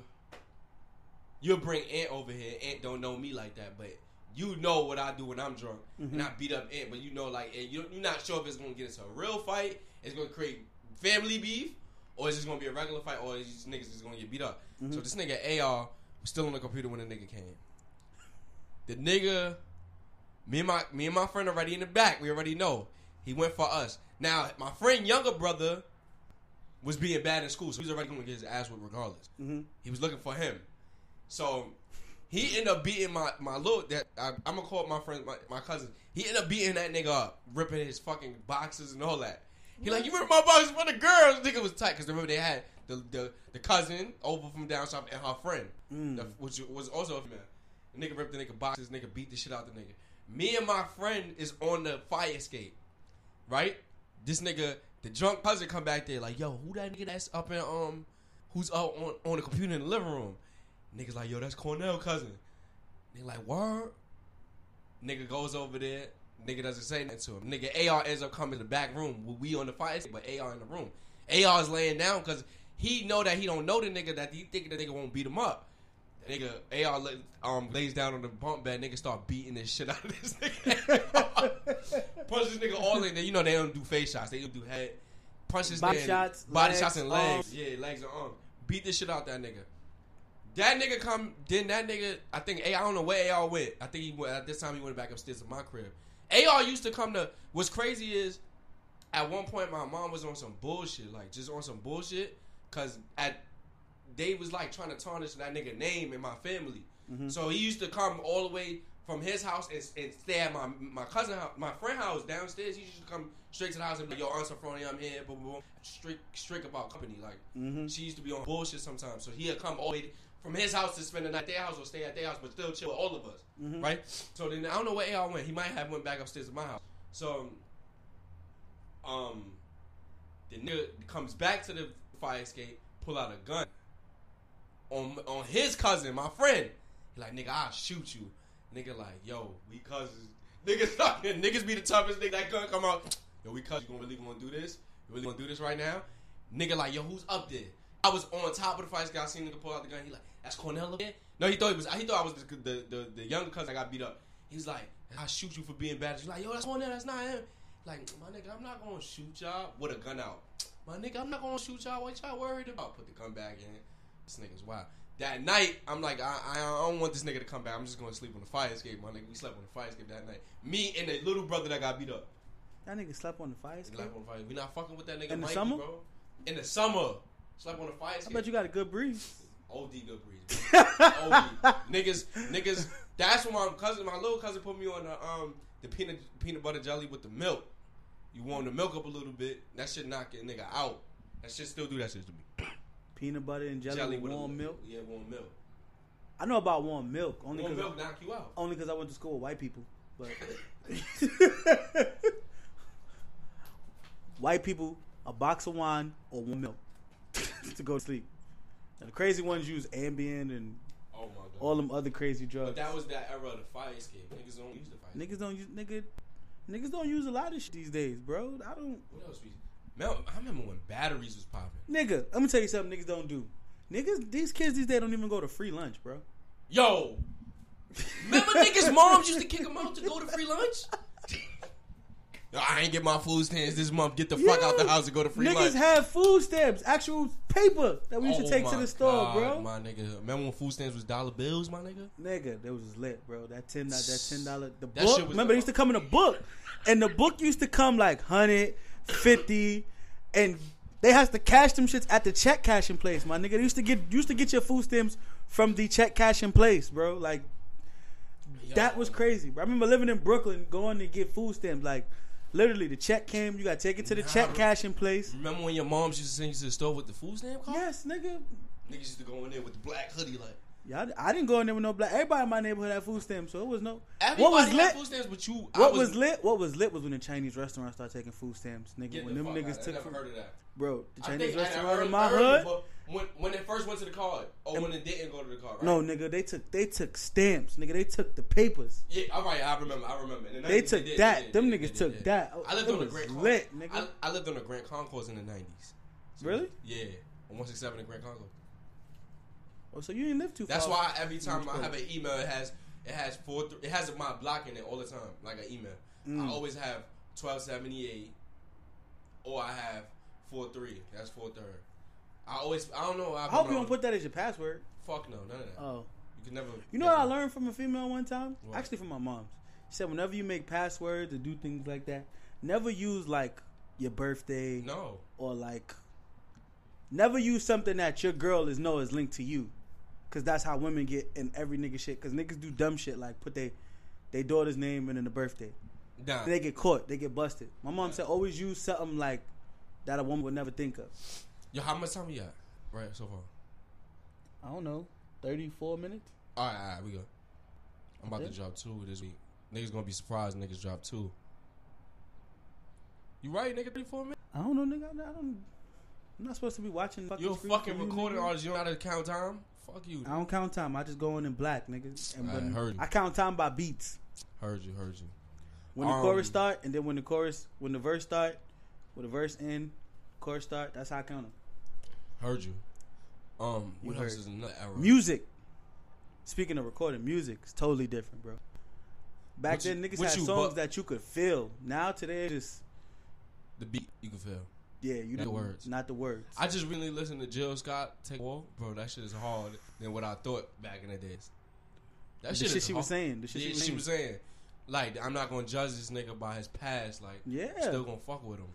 you bring Aunt over here. Aunt don't know me like that, but you know what I do when I'm drunk, and I beat up Aunt. But you know, like, and you're, you're not sure if it's gonna get into a real fight. It's gonna create family beef, or it's just gonna be a regular fight, or it's just niggas just gonna get beat up. So this nigga AR was still on the computer when the nigga came. The nigga, me and my me and my friend already in the back. We already know he went for us. Now my friend younger brother was being bad in school, so he was already gonna get his ass whipped regardless.
Mhm.
He was looking for him, so he ended up beating my my little that I, I'm gonna call my friend my, my cousin. He ended up beating that nigga up, ripping his fucking boxes and all that. He like you ripped my boxes for the girls. Nigga was tight because remember they had the, the the cousin over from down south and her friend, the, which was also a female. The nigga ripped the nigga boxes. Nigga beat the shit out the nigga. Me and my friend is on the fire escape right? This nigga, the drunk cousin, come back there like, yo, who that nigga that's up in um, who's up on on the computer in the living room? Niggas like, yo, that's Cornell cousin. They like, word. Nigga goes over there. Nigga doesn't say nothing to him. Nigga AR ends up coming to the back room. where We on the fire, escape, but AR in the room. AR is laying down because he know that he don't know the nigga that he thinking the nigga won't beat him up. Nigga, AR la- um, lays down on the bump bed. Nigga start beating the shit out of this nigga. Punch this nigga all in there. You know they don't do face shots. They don't do head. Punch this
Body
nigga in-
shots,
body
legs,
shots, and legs.
arms.
Yeah, legs and arms. Beat the shit out that nigga. That nigga come. Then that nigga. I think A. I don't know where AR went. I think he went. At this time he went back upstairs to my crib. AR used to come to. What's crazy is at one point my mom was on some bullshit, like just on some bullshit, cause at they was like trying to tarnish that nigga name in my family. So he used to come all the way from his house and, and stay at my my cousin house, my friend house downstairs. He used to come straight to the house and be like, "Yo, Aunt Sophronia, I'm here." Boom, boom, boom. Strict, strict about company. Like
Mm-hmm.
she used to be on bullshit sometimes. So he'd come all the way from his house to spend the night at their house or stay at their house, but still chill with all of us, right? So then I don't know where AR went. He might have went back upstairs to my house. So, um, the nigga comes back to the fire escape, pull out a gun on on his cousin, my friend. He like, nigga, I'll shoot you. Nigga like, yo, we cousins. Niggas fucking niggas be the toughest nigga that gun come out. Yo, we cousins. You gonna really gonna do this? You really gonna do this right now? Nigga like, yo, who's up there? I was on top of the fight. Guy, I seen nigga pull out the gun. He like, that's Cornell. up there?" No, he thought it was. He thought I was the the, the, the younger cousin that got beat up. He was like, I shoot you for being bad. He's like, yo, that's Cornell. That's not him. Like, my nigga, I'm not gonna shoot y'all with a gun out. My nigga, I'm not gonna shoot y'all. What y'all worried about? Put the gun back in. This nigga's wild. That night, I'm like, I, I don't want this nigga to come back. I'm just gonna sleep on the fire escape. My nigga, we slept on the fire escape that night. Me and the little brother that got beat up.
That nigga slept on the fire escape.
Slept on the fire. We not fucking with that nigga.
In the
Mikey,
summer?
bro. In the summer, slept on the fire
I
escape.
bet you got a good breeze.
OD good breeze. bro. OD niggas, niggas. That's when my cousin, my little cousin, put me on the um the peanut peanut butter jelly with the milk. You warm the milk up a little bit. That shit knock a nigga out. That shit still do that shit to me.
Peanut butter and jelly, with
a
warm
little-
milk.
Yeah, warm milk.
I know about warm milk only
warm
because
milk knock you out.
only because I went to school with white people. But white people, a box of wine or warm milk to go to sleep. And the crazy ones use Ambien and
Oh my god.
all them other crazy drugs.
But that was that era of the fire escape. Niggas don't use the fire. escape.
niggas don't use nigga. Niggas don't use a lot of shit these days, bro. I don't.
What else we? Mel, I remember when batteries was popping.
Nigga, let me tell you something. Niggas don't do. Niggas, these kids these days don't even go to free lunch, bro.
Yo, remember niggas' moms used to kick them out to go to free lunch. Yo, I ain't get my food stamps this month. Get the fuck out the
Yeah.
house and go to free
Niggas
lunch. Oh
have food stamps, actual paper that we used to take to
my
the store,
God,
bro.
My nigga, remember when food stamps was dollar bills, my nigga?
Nigga, that was just lit, bro. That ten dollar, that ten dollar, the
That
book.
shit was-
Remember, it used to come in a book, and the book used to come like hundred, fifty, and they has to cash them shits at the check cashing place. My nigga, they used to get used to get your food stamps from the check cashing place, bro. Like
Yo.
that was crazy. Bro. I remember living in Brooklyn, going to get food stamps. Like literally, the check came, you got to take it to the
Nah,
check
bro. Mm-hmm.
cashing place.
Remember when your moms used to send you to the store with the food stamp card?
Yes, nigga.
Niggas used to go in there with the black hoodie, like
Yeah, I, I didn't go in there with no black. Everybody in my neighborhood had food stamps, so it was no.
everybody
what was
had
lit?
food stamps, but you. I
What was, lit? What was lit was when the Chinese restaurant started taking food stamps, nigga.
Get
when
the
them
fuck
niggas
out. I
took
never
food,
heard of that.
bro, the Chinese
I
restaurant
heard-
in my
I heard it,
hood.
but When, when it first went to the card, or when it didn't go to the card, right?
No, nigga, they took they took stamps, nigga. They took the papers.
Yeah, all right, I remember, I remember. In the
They
90s,
took
did,
that.
did,
Them
did,
niggas
did,
took
did.
that.
I lived
It
on the
was
Grand Concourse.
lit, nigga.
I, I lived on the Grand Concourse in the 90s. So,
Really?
Yeah, on 167 in Grand Concourse.
Oh, so you didn't live too
That's
far.
why every time I
Detroit.
have an email, it has it has four. Th- it has my block in it all the time, like an email. I
Mm.
always have twelve seventy eight, or I have four three. That's four third. I always I don't know. I,
I hope you don't put that as your password.
Fuck no, none of that.
Oh,
you can never.
you know what I learned from a female one time?
What?
Actually, from my mom's. She said whenever you make passwords or do things like that, never use like your birthday
No,
or like never use something that your girl is know is linked to you because that's how women get in every nigga shit because niggas do dumb shit like put they they daughter's name and then the birthday
nah.
they get caught they get busted my mom said always use something like that a woman would never think of
Yo, how much time we got? Right so far.
i don't know 34 minutes
All right, all right, we go. I'm about
Okay.
to drop two this week. Niggas gonna be surprised. Niggas drop two. You right, nigga? Three, four minutes.
i don't know nigga i don't i'm not supposed to be watching fucking
You're
screen for
fucking
you,
recording
nigga.
all this. You don't gotta count time. Fuck you.
i don't count time i just go in in black nigga and
I
when-
heard you.
I count time by beats
Heard you. Heard you.
When the
Um,
chorus start, and then when the chorus, when the verse start, when the verse end, chorus start. That's how I count them.
Heard you. Um,
You
what else
heard.
is another era?
Music. Speaking of recording, music is totally different, bro. Back
What you-
then, niggas
what
had
you
songs
bu-
that you could feel. Now today, it's just
The beat you can feel.
yeah,
Not
you know,
the words.
not the words.
I just really listened to Jill Scott take a walk, bro. That shit is hard than what I thought back in the days. That
the
shit,
shit
is
she
hard.
was saying. The shit
Yeah,
she was
she
saying.
was saying, like, I'm not gonna judge this nigga by his past. Like,
Yeah.
still gonna fuck with him.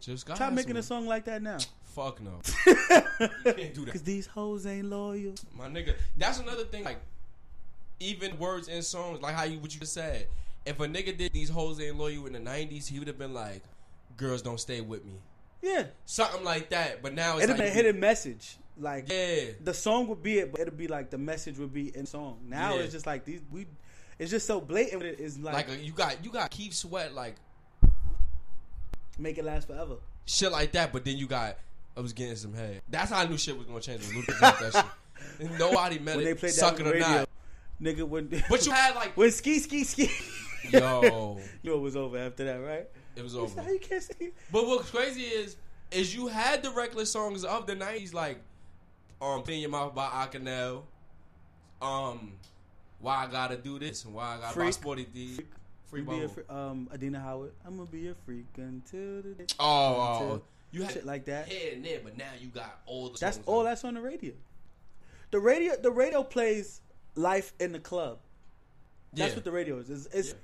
Jill Scott.
Try
had
making
some-
a song like that now.
Fuck no. you
Cause
can't do that.
these hoes ain't loyal.
My nigga, that's another thing. Like, even words in songs, like how you what you just said. If a nigga did these hoes ain't loyal in the '90s, he would have been like, "Girls don't stay with me,"
Yeah,
something like that. But now it's
it'd have
like,
been a hidden message. Like
Yeah,
the song would be it, but it'd be like the message would be in song. Now
Yeah.
it's just like these we. It's just so blatant. It is
like
like,
uh, you got you got Keith Sweat like
make it last forever.
shit like that. But then you got I was getting some head. That's how I knew shit was gonna change when Ludacris dropped that shit. And nobody meant
When
it,
they played that
suck
on
it
the
or
radio,
not.
nigga. When
But you had like,
when ski ski ski.
yo,
knew it was over after that, right?
it was
It's
over.
like, you can't see.
But what's crazy is is you had the reckless songs of the nineties like um Pin Your Mouth by Akinel, um Why I Gotta Do This and Why I Gotta Buy
Freak.
Sporty D.
Freak.
Free
You be a
Bubble.
fre- um Adina Howard. I'm gonna be a freak until the day.
oh, oh, oh.
Until-
you had
shit like that.
here and there, but now you got all the
That's
songs
all
out.
that's on the radio. The radio the radio plays life in the club. That's
Yeah.
what the radio is. It's, it's
Yeah.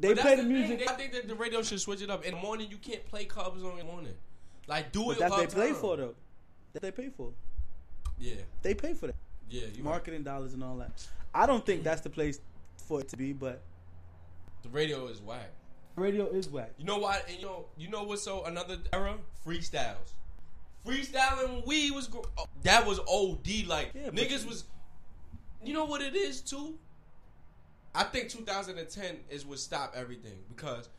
they
But
play the
that's
music.
Thing. I think that the radio should switch it up. In the morning, you can't play clubs on in the morning. Like do
but
it.
that's what
club
they play
time.
for though. That they pay for.
Yeah,
They pay for that.
yeah. You right.
Marketing dollars and all that. I don't think that's the place for it to be, but
The radio is whack.
radio is whack.
You know why? And you know, you know what's so another era? Freestyles. Freestyling when we was gro- oh, that was OD. Like
Yeah, but
niggas
you-
was. You know what it is too. I think 2010 is what stopped everything because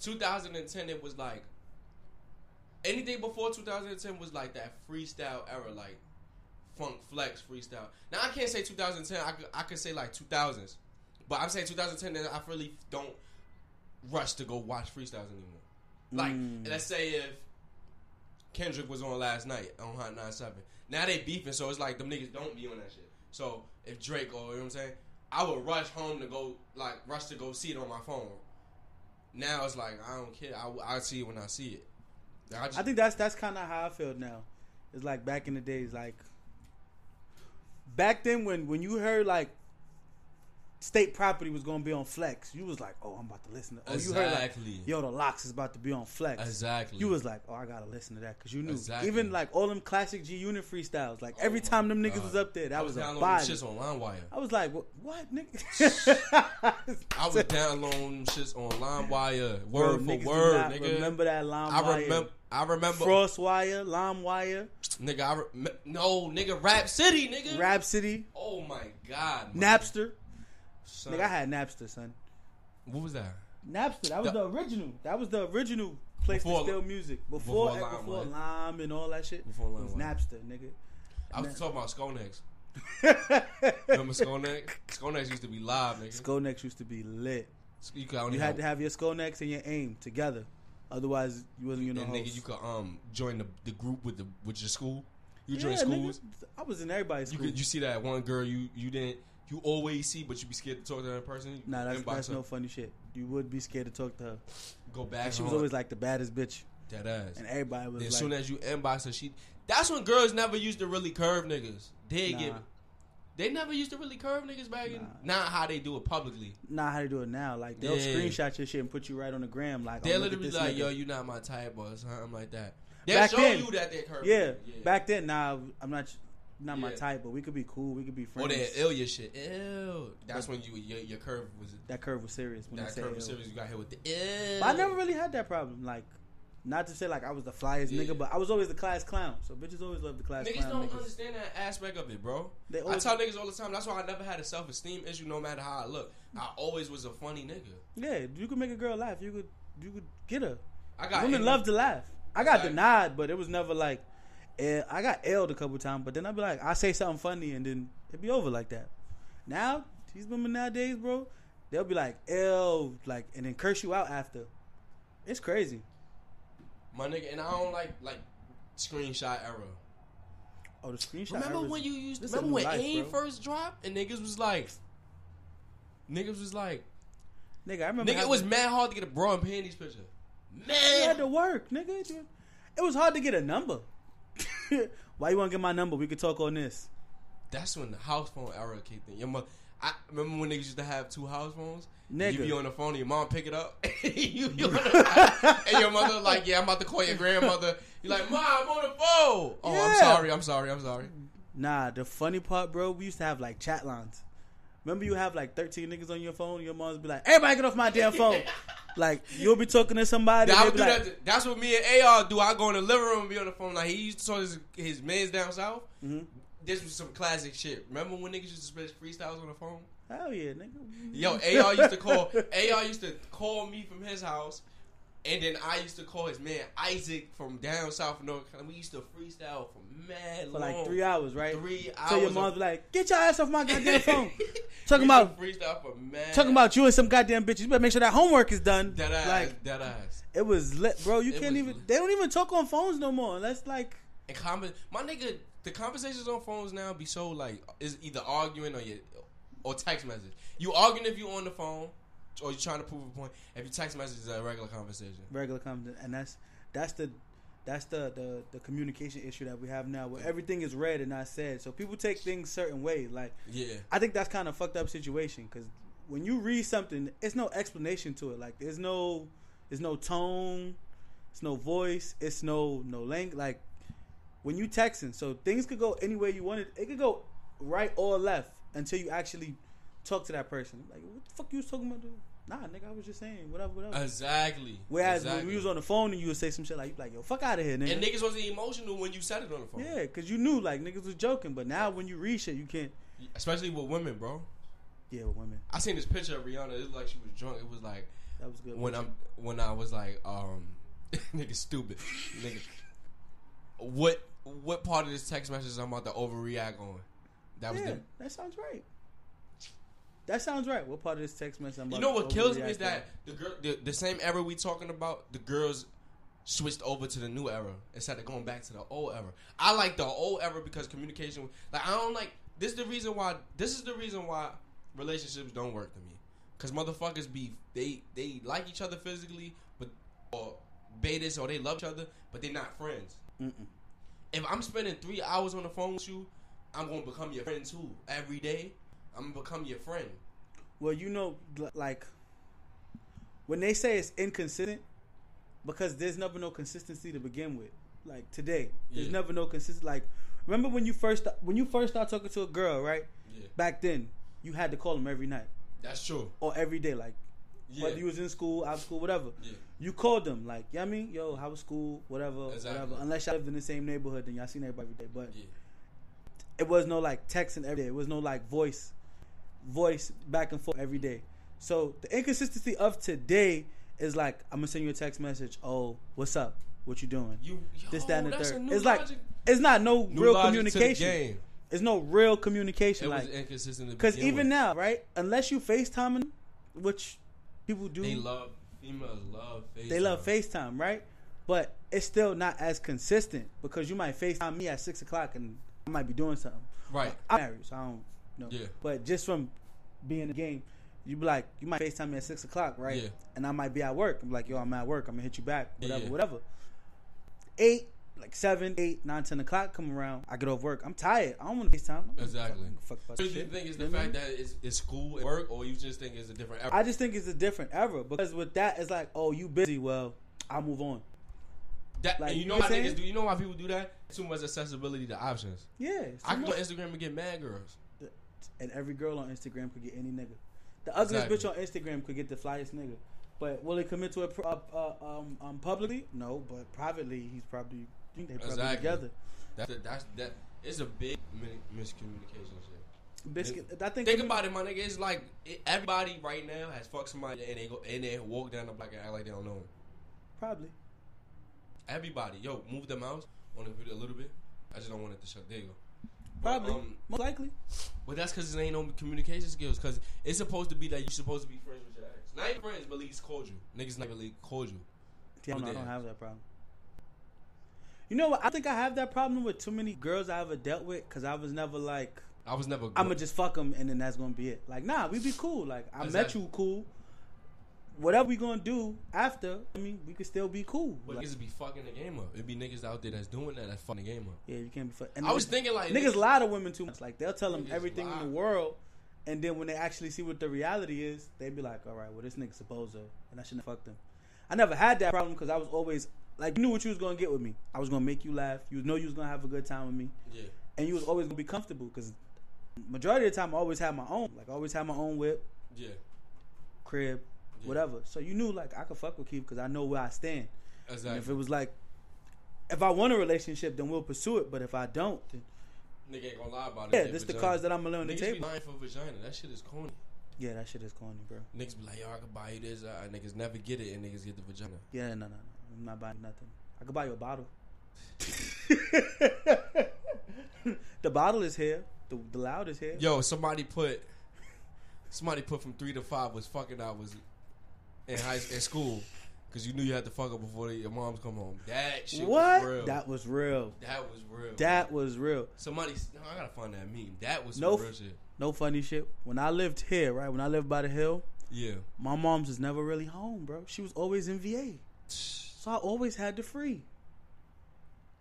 2010 it was like anything before 2010 was like that freestyle era, like funk flex freestyle. Now I can't say 2010. I could, I could say like 2000s, but I'm saying 2010. And I really don't rush to go watch freestyles anymore. Like
Mm.
let's say if Kendrick was on last night on Hot 97. Now they beefing, so it's like them niggas don't be on that shit. So if Drake or you know what I'm saying, I would rush home to go like rush to go see it on my phone. Now it's like I don't care. I I see it when I see it. I just,
I think that's that's kind of how I feel now. It's like back in the days, like back then when when you heard like state property was gonna be on flex, you was like, oh, I'm about to listen to. Oh, you heard like,
Exactly.
yo, the locks is about to be on flex.
exactly.
You was like, oh, I gotta listen to that because you knew.
Exactly.
Even like all them classic G Unit freestyles, like
Oh
every
my
time them niggas
God.
was up there, that
I
was,
was
a
downloading
body.
shits on LimeWire.
I was like, what, what nigga?
I was downloading shits on LimeWire,
Bro,
word
niggas
for
do
word,
not
nigga.
Remember that line?
I remember. I remember,
Frost wire, lime wire,
nigga. I rem no, nigga. Rap City, nigga.
Rhapsody.
Oh my god, my
Napster.
son.
Nigga, I had Napster, son.
What was that?
Napster. That was the, original. That was the original place
Before-
to steal music before
before
before,
Lime, right?
Lime and all that shit.
Before
it was
Lime, right?
Napster,
I was
Nah.
talking about Skonex. Remember
nigga.
Skonex? Skonex used to be live, nigga.
Skolnex used to be lit.
you could only
You had to have your Skolnex and your AIM together, otherwise you wasn't gonna
and
host.
nigga, you could um join the, the group with the with your school. You
Yeah,
join
nigga,
schools.
I was in everybody's
You
school.
could you see that one girl you you didn't you always see, but you be scared to talk to her in person. You
nah, that's,
inbox
that's
her,
no funny shit. You would be scared to talk to her.
go back.
She was always like the baddest bitch,
that ass.
and everybody was
As
like,
soon as you inbox her, she. That's when girls never used to really curve niggas. They
Nah.
get. They never used to really curve niggas back in.
Nah.
Not how they do it publicly.
not how to do it now. Like they'll
Yeah.
screenshot your shit and put you right on the gram. Like
They're
oh, look at
literally
this
like,
nigga.
yo, you not my type or something like that. They
Back
show
then.
you that they're curvy.
yeah, Back then, nah, I'm not, not my
Yeah.
type, but we could be cool. We could be
Or
friends.
that Ilya shit. Ew. That's when you your, your curve was
that curve was serious. When
that
they
curve was
said, "Ew."
serious. You got hit with the ew.
But I never really had that problem. Like, not to say like I was the flyest
Yeah.
nigga, but I was always the class clown. So bitches always love the class
Niggas
clown.
don't
niggas.
understand that aspect of it, bro.
They
I
always,
tell niggas all the time. That's why I never had a self esteem issue, no matter how I look. I always was a funny nigga.
yeah, you could make a girl laugh. You could, you could get her.
I got
Women
angry-
love to laugh. I got
Exactly.
denied, but it was never like. eh, I got L'd a couple times, but then I'd be like, I say something funny, and then it'd be over like that. Now these women nowadays, bro, they'll be like L, like, and then curse you out after. It's crazy.
my nigga, and I don't like like screenshot era.
Oh, the screenshot.
Remember
errors-
when you used?
this a
remember when
new life,
AIM
bro.
first dropped and niggas was like, niggas was like,
nigga? I remember.
nigga, it was mad hard to get a bra and panties picture.
You had
Man,
to work, nigga. You- It was hard to get a number. Why you want to get my number? We could talk on this.
that's when the house phone era kicked in. Your mother, I remember when niggas used to have two house phones. You be
Nigga.
on the phone and your mom pick it up. you be on the, and your mother like, yeah, I'm about to call your grandmother. You're like, mom, I'm on the phone. Oh, I'm
Yeah.
sorry, I'm sorry, I'm sorry.
Nah, the funny part, bro, we used to have like chat lines. Remember, you have like 13 niggas on your phone. Your mom's be like, "Everybody get off my damn phone." like you'll be talking to somebody.
Nah, I
they'll
would
be
do
like,
that. That's what me and AR do. I go in the living room and be on the phone. Like he used to talk to his, his mans down south.
Mhm.
This was some classic shit. Remember when niggas used to spit freestyles on the phone?
"Hell yeah, nigga."
Yo, AR used to call AR used to call me from his house, and then I used to call his man Isaac from down south of North Carolina. We used to freestyle for mad long,
for like three hours, right?
Three
So
hours.
your mom's
of-
be like, "Get your ass off my goddamn phone."
We
talking
used to
about
freestyle for mad.
talking about you and some goddamn bitches. You better make sure that homework is done.
dead eyes,
Like
dead eyes.
it was lit, bro. You
It
can't
was
even.
lit.
They don't even talk on phones no more. Unless like,
And com- my nigga, the conversations on phones now be so like is either arguing or you or text message. You arguing if you on the phone or you trying to prove a point. If you text message is a regular conversation.
regular conversation, and that's that's the that's the, the the communication issue that we have now, where everything is read and not said. So people take things certain ways. Like
Yeah.
I think that's kind of fucked up situation because when you read something, it's no explanation to it. Like there's no there's no tone, it's no voice, it's no no language. Like when you texting, so things could go any way you wanted. It could go right or left until you actually talk to that person. Like what the fuck you was talking about? Dude? Nah, nigga, I was just saying whatever, whatever.
Exactly.
Whereas when
exactly.
we was on the phone and you would say some shit like, you be like, yo, fuck out of here, nigga.
and niggas wasn't emotional when you said it on the phone.
yeah, because you knew, like, niggas was joking. But now when you read shit, you can't.
Especially with women, bro.
Yeah, with women.
I seen this picture of Rihanna. It looked like she was drunk. It was like
That was good.
when I'm when I was like, um, nigga, stupid, nigga. What what part of this text message I'm about to overreact on? That was
yeah,
the
that sounds right. That sounds right. What part of this text message? I'm
You
about
know
to
what kills me is
overreact
that the girl, the, the same era we talking about, the girls switched over to the new era instead of going back to the old era. I like the old era because communication, like I don't like. This is the reason why. This is the reason why relationships don't work to me. Cause motherfuckers be they they like each other physically, but or betas or they love each other, but they're not friends.
on. Mm-mm.
If I'm spending three hours on the phone with you, I'm gonna become your friend too. Every day, I'm gonna become your friend.
Well, you know, l- like when they say it's inconsistent, because there's never no consistency to begin with. Like today, there's
Yeah.
never no consistent. Like remember when you first when you first start talking to a girl, right?
Yeah,
Back then, you had to call them every night
that's true.
or every day, like
Yeah.
whether you was in school, out of school, whatever.
Yeah.
You called them, like, you know what I mean? Yo, how was school? Whatever,
Exactly.
whatever. Unless y'all lived in the same neighborhood, then y'all seen everybody every day. But
Yeah.
it was no like texting every day. It was no like voice, voice back and forth every day. So the inconsistency of today is like I'm gonna send you a text message. Oh, what's up? What you doing?
You
this,
yo,
that, and the
that's a
third.
new
It's like
logic-
it's not no
new
real
logic to the
communication.
game.
It's no real communication.
It
like
was inconsistent to
because
begin
even
with.
now, right? Unless you FaceTiming, them, which people do,
they love females love face.
they love FaceTime, right? But it's still not as consistent because you might FaceTime me at six o'clock and I might be doing something.
Right.
I'm married, so I don't know.
Yeah.
But just from being in the game, you be like, you might FaceTime me at six o'clock, right?
Yeah.
And I might be at work. I'm like, yo, I'm at work. I'm gonna hit you back.
Yeah,
Whatever,
yeah.
whatever. Eight, like seven, eight, nine, ten o'clock come around. I get off work. I'm tired. I don't want to FaceTime. I'm
Exactly.
Fuck, fuck about
So
this
you
shit.
think it's
You
the
know what I
fact
mean?
that it's, it's school and work, or you just think it's a different era?
I just think it's a different era because with that, it's like, oh, you busy. Well, I move on.
that,
like,
and you
you
know
know
why
what I'm
niggas
saying?
do? You know why people do that? Too much accessibility to options.
Yeah. it's too
I can go
much.
on Instagram and get mad girls.
and every girl on Instagram could get any nigga. The ugliest
Exactly.
bitch on Instagram could get the flyest nigga. But will he commit to it pr- uh, uh, um, um, publicly? No, but privately, he's probably I think they probably
Exactly.
together.
That's that's that. It's a big mi- miscommunication shit.
Biscuit, I think.
Think about it, my nigga. It's like it, everybody right now has fucked somebody and they go and they walk down the block and act like they don't know 'em.
probably.
Everybody, yo, move the mouse on the video a little bit. I just don't want it to shut. There you go. But,
Probably.
um,
Most likely.
But that's because it ain't no communication skills. Because it's supposed to be that you're supposed to be friends with your ex. Not even friends, but at least cordial. Niggas not really cordial.
Yeah, I don't, know, I
that.
don't have that problem. You know what? I think I have that problem with too many girls I ever dealt with because I was never like,
I was never.
I'm gonna just fuck them and then that's gonna be it. Like, nah, we be cool. Like, I met
Exactly.
you cool. Whatever we gonna do after, I mean, we could still be cool.
But
Like-
niggas be fucking the game up. It be niggas out there that's doing that that's fucking the game up.
Yeah, you can't be. Fu- and
I was
niggas-
thinking like
niggas lie to women too much. Like they'll tell them
Niggas
everything
lie.
in the world, And then when they actually see what the reality is, they be like, all right, well, this nigga's a bozo, and I shouldn't have fucked him. I never had that problem because I was always, like, you knew what you was going to get with me. I was going to make you laugh. You know you was going to have a good time with me.
Yeah.
And you was always going to be comfortable because majority of the time I always had my own. Like, I always had my own whip,
Yeah.
crib,
Yeah.
whatever. So you knew, like, I could fuck with Keith because I know where I stand. And if
Exactly.
it was like, if I want a relationship, then we'll pursue it. But if I don't, then
Nigga ain't gonna lie about it.
yeah, this the cards that I'm gonna lay on the
uh, Niggas be
table.
lying for vagina. That shit is corny.
Yeah, that shit is corny, bro.
Niggas be like, yo, I could buy you this. Uh, niggas never get it, and niggas get the vagina.
Yeah, no, no, no. I'm not buying nothing. I could buy you a bottle. the bottle is here. The, the loud is here.
Yo, somebody put, somebody put from three to five was fucking hours in high in school, cause you knew you had to fuck up before your moms come home. That shit
what?
was real. That,
That was real.
was real.
That was real.
somebody. No, I gotta find that meme. That was some
No
real
f-
shit.
No funny shit. When I lived here, right? When I lived by the hill,
Yeah.
my mom's was never really home, bro. She was always in VA. So I always had the free.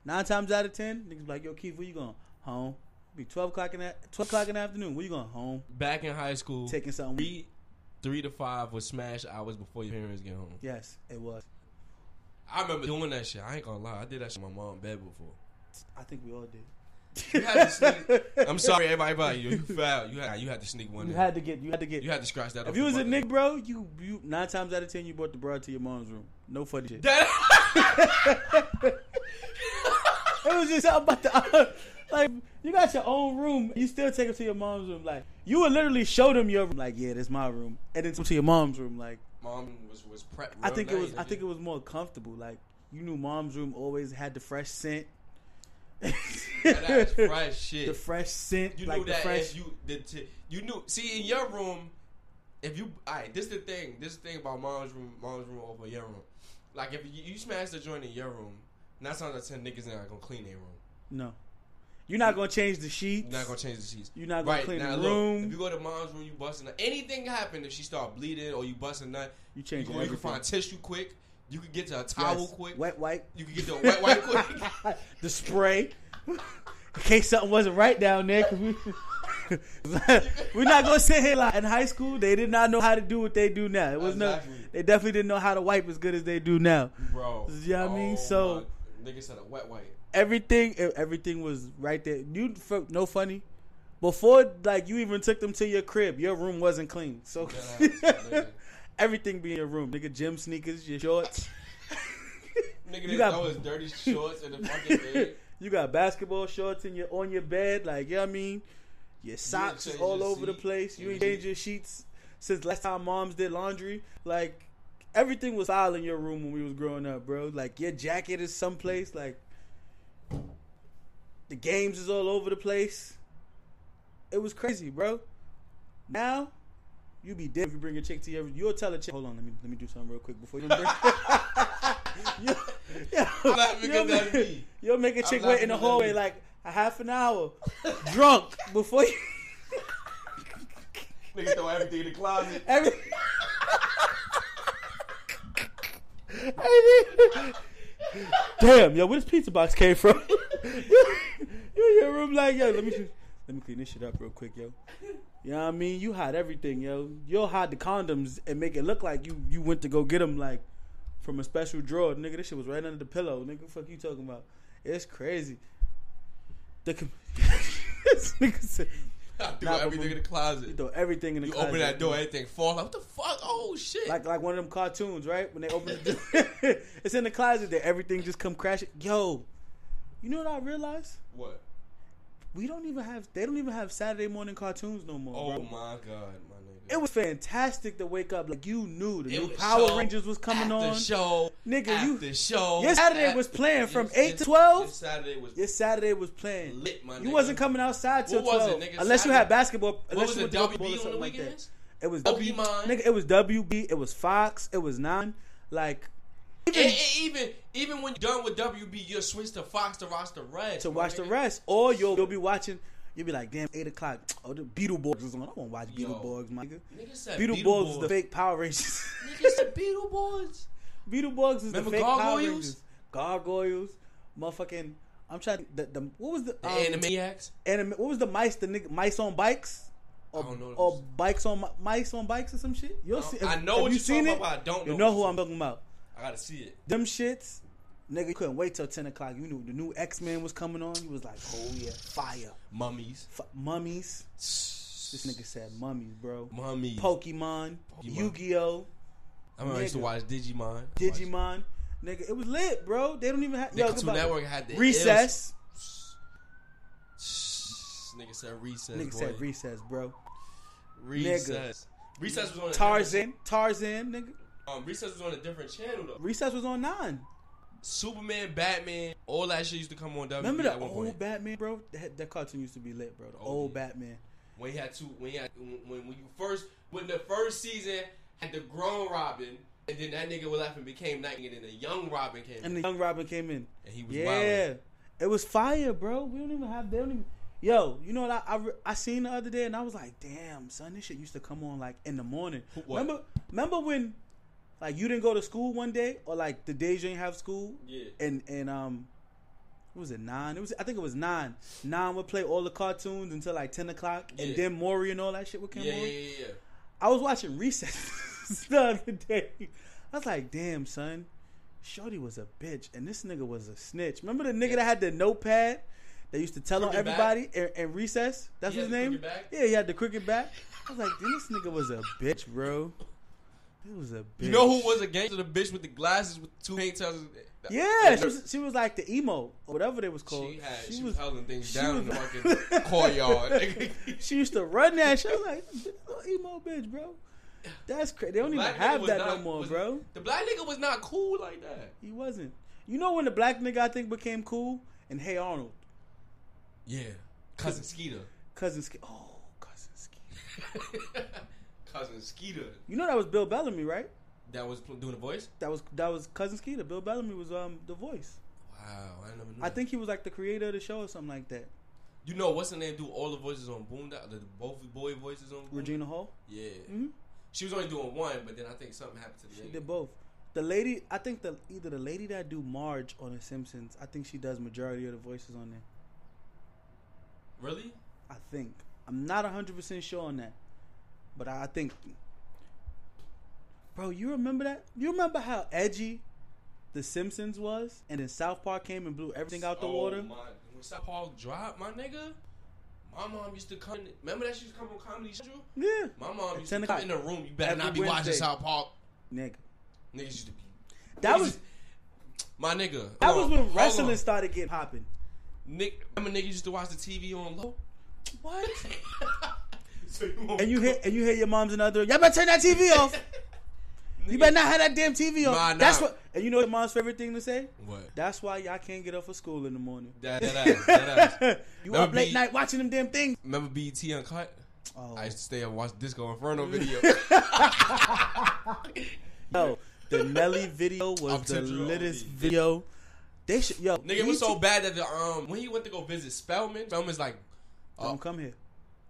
Nine times out of ten, niggas be like, yo, Keith, where you going? Home. Be twelve o'clock in that twelve o'clock in the afternoon. Where you going? Home.
Back in high school,
Taking something.
three, three to five was smash hours before your parents get home.
Yes, it was.
I remember doing that shit. I ain't gonna lie. I did that shit in my mom's bed before.
I think we all did.
You had to sneak. I'm sorry, everybody. But you, you foul. You had you had to sneak one.
You
in.
had to get. You had to get.
you had to scratch that. off
if you
the
was a
bucket.
Nick, bro, you you nine times out of ten you brought the broad to your mom's room. No funny shit.
That-
it was just something about the like you got your own room. You still take it to your mom's room. Like you would literally show them your room. Like yeah, this my room, and then to your mom's room. Like
Mom was was prep.
I think it was. I think it was more comfortable. Like you knew mom's room always had the fresh scent.
That's fresh shit.
The fresh scent,
you
like
knew
the
that
fresh.
if you did. T- you knew. See in your room, if you. All right, this the thing. This the thing about mom's room. Mom's room over your room. Like if you, you smash the joint in your room, nine times out of ten niggas not gonna clean their room.
no, you're not gonna change the sheets.
You're not gonna change the sheets.
You're not gonna clean the
look,
room.
if you go to mom's room, you busting. Anything happen if she start bleeding or you busting nut,
you
you,
change
go- you can find tissue quick. You can get to a towel quick.
Wet wipe.
You can get to a wet wipe quick.
the spray. In case something wasn't right down there, 'cause we, we're not gonna sit here like in high school. They did not know how to do what they do now. It was no,
Exactly.
they definitely didn't know how to wipe as good as they do now.
bro. oh
You know what I mean? So-
my- nigga said a wet wipe.
Everything, e, everything was right there. You f- no funny. Before like you even took them to your crib, your room wasn't clean. So
That ass, nigga.
everything be in your room, nigga. Gym sneakers, your shorts.
Nigga,
You
they
got-
throw his dirty shorts in the fucking bed.
you got basketball shorts in your on your bed, like you know what I mean. Your socks is
change
all
your
over the
seat.
place. You
Yeah.
ain't changed your sheets since last time moms did laundry. Like everything was all in your room when we was growing up, bro. Like your jacket is someplace. Like the games is all over the place. It was crazy, bro. Now you be dead if you bring a chick to your. You'll tell a chick. Hold on, let me let me do something real quick before you bring. yo, yo,
I'm laughing
you'll
because that's
make-
me.
You'll make a
I'm
chick
laughing
wait in the
because that's
hallway
me.
like a half an hour, drunk before you.
Nigga throw everything in the closet.
Every. Damn, yo, where this pizza box came from? you in your room like, yo, let me just- let me clean this shit up real quick, yo. You know what I mean? You hide everything, yo. You'll hide the condoms and make it look like you you went to go get them like from a special drawer, nigga. This shit was right under the pillow, nigga. Fuck you talking about? It's crazy. The com- this nigga said,
I threw
Nah, but
everything in the closet.
you
You,
throw everything in the
open
closet,
that door,
yo.
everything fall out. What the fuck? Oh shit.
like like one of them cartoons, right? When they open the door, it's in the closet that everything just come crashing. Yo, you know what I realized?
what?
We don't even have they don't even have Saturday morning cartoons no more.
Oh
bro.
my god, my nigga.
It was fantastic to wake up like you knew the
It
new
was
Power
show
Rangers was coming
after
on.
show,
Nigga, you-
after show.
Your Saturday
after-
was playing from
Your-
8 to
your-
12?
Your Saturday was.
Your Saturday was playing.
Lit, my
you
nigga.
wasn't coming outside till
What was it,
twelve,
nigga?
unless you had
Saturday?
basketball.
what
Unless
was
you
it?
went to go to the ball
WB
or
on the
something like that.
weekends?
It was
WB
W,
Mine.
nigga. It was WB. It was Fox. It was Nine. Like
And- and even even when you're done with WB, you'll switch to Fox to watch the rest.
to
my
watch the
nigga.
rest, or you'll, you'll be watching. You'll be like, damn, eight o'clock. Oh, the Beetleborgs is on. I want to watch
Yo.
Beetleborgs, my nigga.
Nigga said
Beetleborgs is
Beetleborgs.
the fake Power Rangers.
Nigga said Beetleborgs.
Beetleborgs is the
Remember
fake Power
Gargoyles?
Rangers. Gargoyles, motherfucking. I'm trying. The, the what was the,
The
um,
Animaniacs.
anime? What was the mice? The nigga mice on bikes.
don't know
or,
those.
or bikes on Mi- mics on bikes or some shit. You'll
I
see.
don't- I know what
you
you're
seen
talking
it.
about, but I don't
You
know
know
what
who
you're
I'm talking about.
I gotta see it.
Them shits, nigga. You couldn't wait till ten o'clock. You knew the new X Men was coming on. You was like, oh yeah, fire,
Mummies.
F- mummies. This
This
nigga said mummies, bro.
Mummies.
Pokemon,
Pokemon.
Yu Gi Oh,
I remember I used to
nigga.
watch Digimon.
Digimon. Nigga, it was lit, bro. They don't even have.
The
yo,
Cartoon
goodbye.
Network had the
Recess.
ills- Nigga said recess.
Nigga
boy.
said recess, bro.
recess. Recess was on a
Tarzan. Tarzan, nigga.
different- Um, recess was on a different channel though.
Recess was on nine.
Superman, Batman, all that shit used to come on WWE
Remember the
at one
old
point.
Batman, bro? That, that cartoon used to be lit, bro. The
Oh,
old
yeah.
Batman.
when he had two, when he had, when when you first when the first season had the grown Robin, and then that nigga left and became Nightwing, and then the young Robin came,
And
in,
the young Robin came in.
and he was
Yeah,
wild.
it was fire, bro. We don't even have. They don't even. Yo, you know what I, I re- I seen the other day, and I was like, damn, son, this shit used to come on like in the morning.
Who- what?
Remember, remember when, like, you didn't go to school one day, or like the days you didn't have school,
Yeah.
and and um, what was it nine? It was I think it was nine. Nine would play all the cartoons until like ten o'clock, and
Yeah.
then Maury and all that shit would come
Yeah, yeah,
on.
yeah, yeah.
I was watching Recess the other day. I was like, damn, son. Shorty was a bitch, and this nigga was a snitch. Remember the nigga that had the notepad that used to tell on
Crooked
everybody in, in Recess? That's
He
his
had the
name?
crooked back?
Yeah, he had the crooked back. I was like, damn, this nigga was a bitch, bro. It was a bitch.
You know who was a gangster? The bitch with the glasses with two paint towels.
Yeah, she was, she was like the emo, or whatever they was called.
She, had, she, was, holding things
she
down in the
was-
fucking courtyard. nigga.
she used to run that shit. I was like, "This little emo bitch, bro. That's crazy. They don't even
Black nigga
have
was
that
not-
no more,
was-
bro.
The black nigga was not cool like that.
He wasn't. You know when the black nigga I think became cool and Hey Arnold,
Yeah, cousin Skeeter.
cousin Ske- oh cousin Ske-
cousin Skeeter.
You know that was Bill Bellamy, right?
That was pl- doing the voice.
That was that was cousin Skeeter. Bill Bellamy was um the voice.
Wow, I never knew.
I
that.
think he was like the creator of the show or something like that.
you know what's her name? Do all the voices on Boondock? The both boy voices on Boondock?
Regina Hall.
Mm. Yeah,
hmm
she was only doing one, but then I think something happened to the.
She
nigga.
did both. The lady, I think the either the lady that do Marge on The Simpsons, I think she does majority of the voices on there.
Really?
I think. I'm not 100% sure on that. But I I think. Bro, you remember that? You remember how edgy The Simpsons was? And then South Park came and blew everything out the
Oh,
water?
My, when South Park dropped, my nigga, my mom used to come. Remember that she used to come on Comedy Central?
Yeah.
My mom used
10
to come
o'clock.
in the room. You better
Every
not be watching
Wednesday.
South Park.
Nigga.
Niggas used to be.
That
niggas
was
used- my nigga.
that
hold
was
on,
when
hold
wrestling
on.
started getting popping.
Nick, remember niggas used to watch the TV on low.
What?
so you won't
and you
go-
hear and you hear your mom's another, y'all better turn that TV off. You
Nigga-
better not have that damn TV on.
Nah, nah.
That's what and you know what your mom's favorite thing to say?
What?
That's why y'all can't get up for school in the morning.
That, that ass, that ass.
you
That
up
would
late
be-
night watching them damn things.
Remember BET Uncut?
Oh.
I used to stay and watch Disco Inferno video.
Yo, the Nelly video was
I'm
the
Tetris
littest
OD.
video. They should yo
Nigga, it was
BT
so bad that the um when he went to go visit Spellman, Spellman's like, uh,
Don't come here.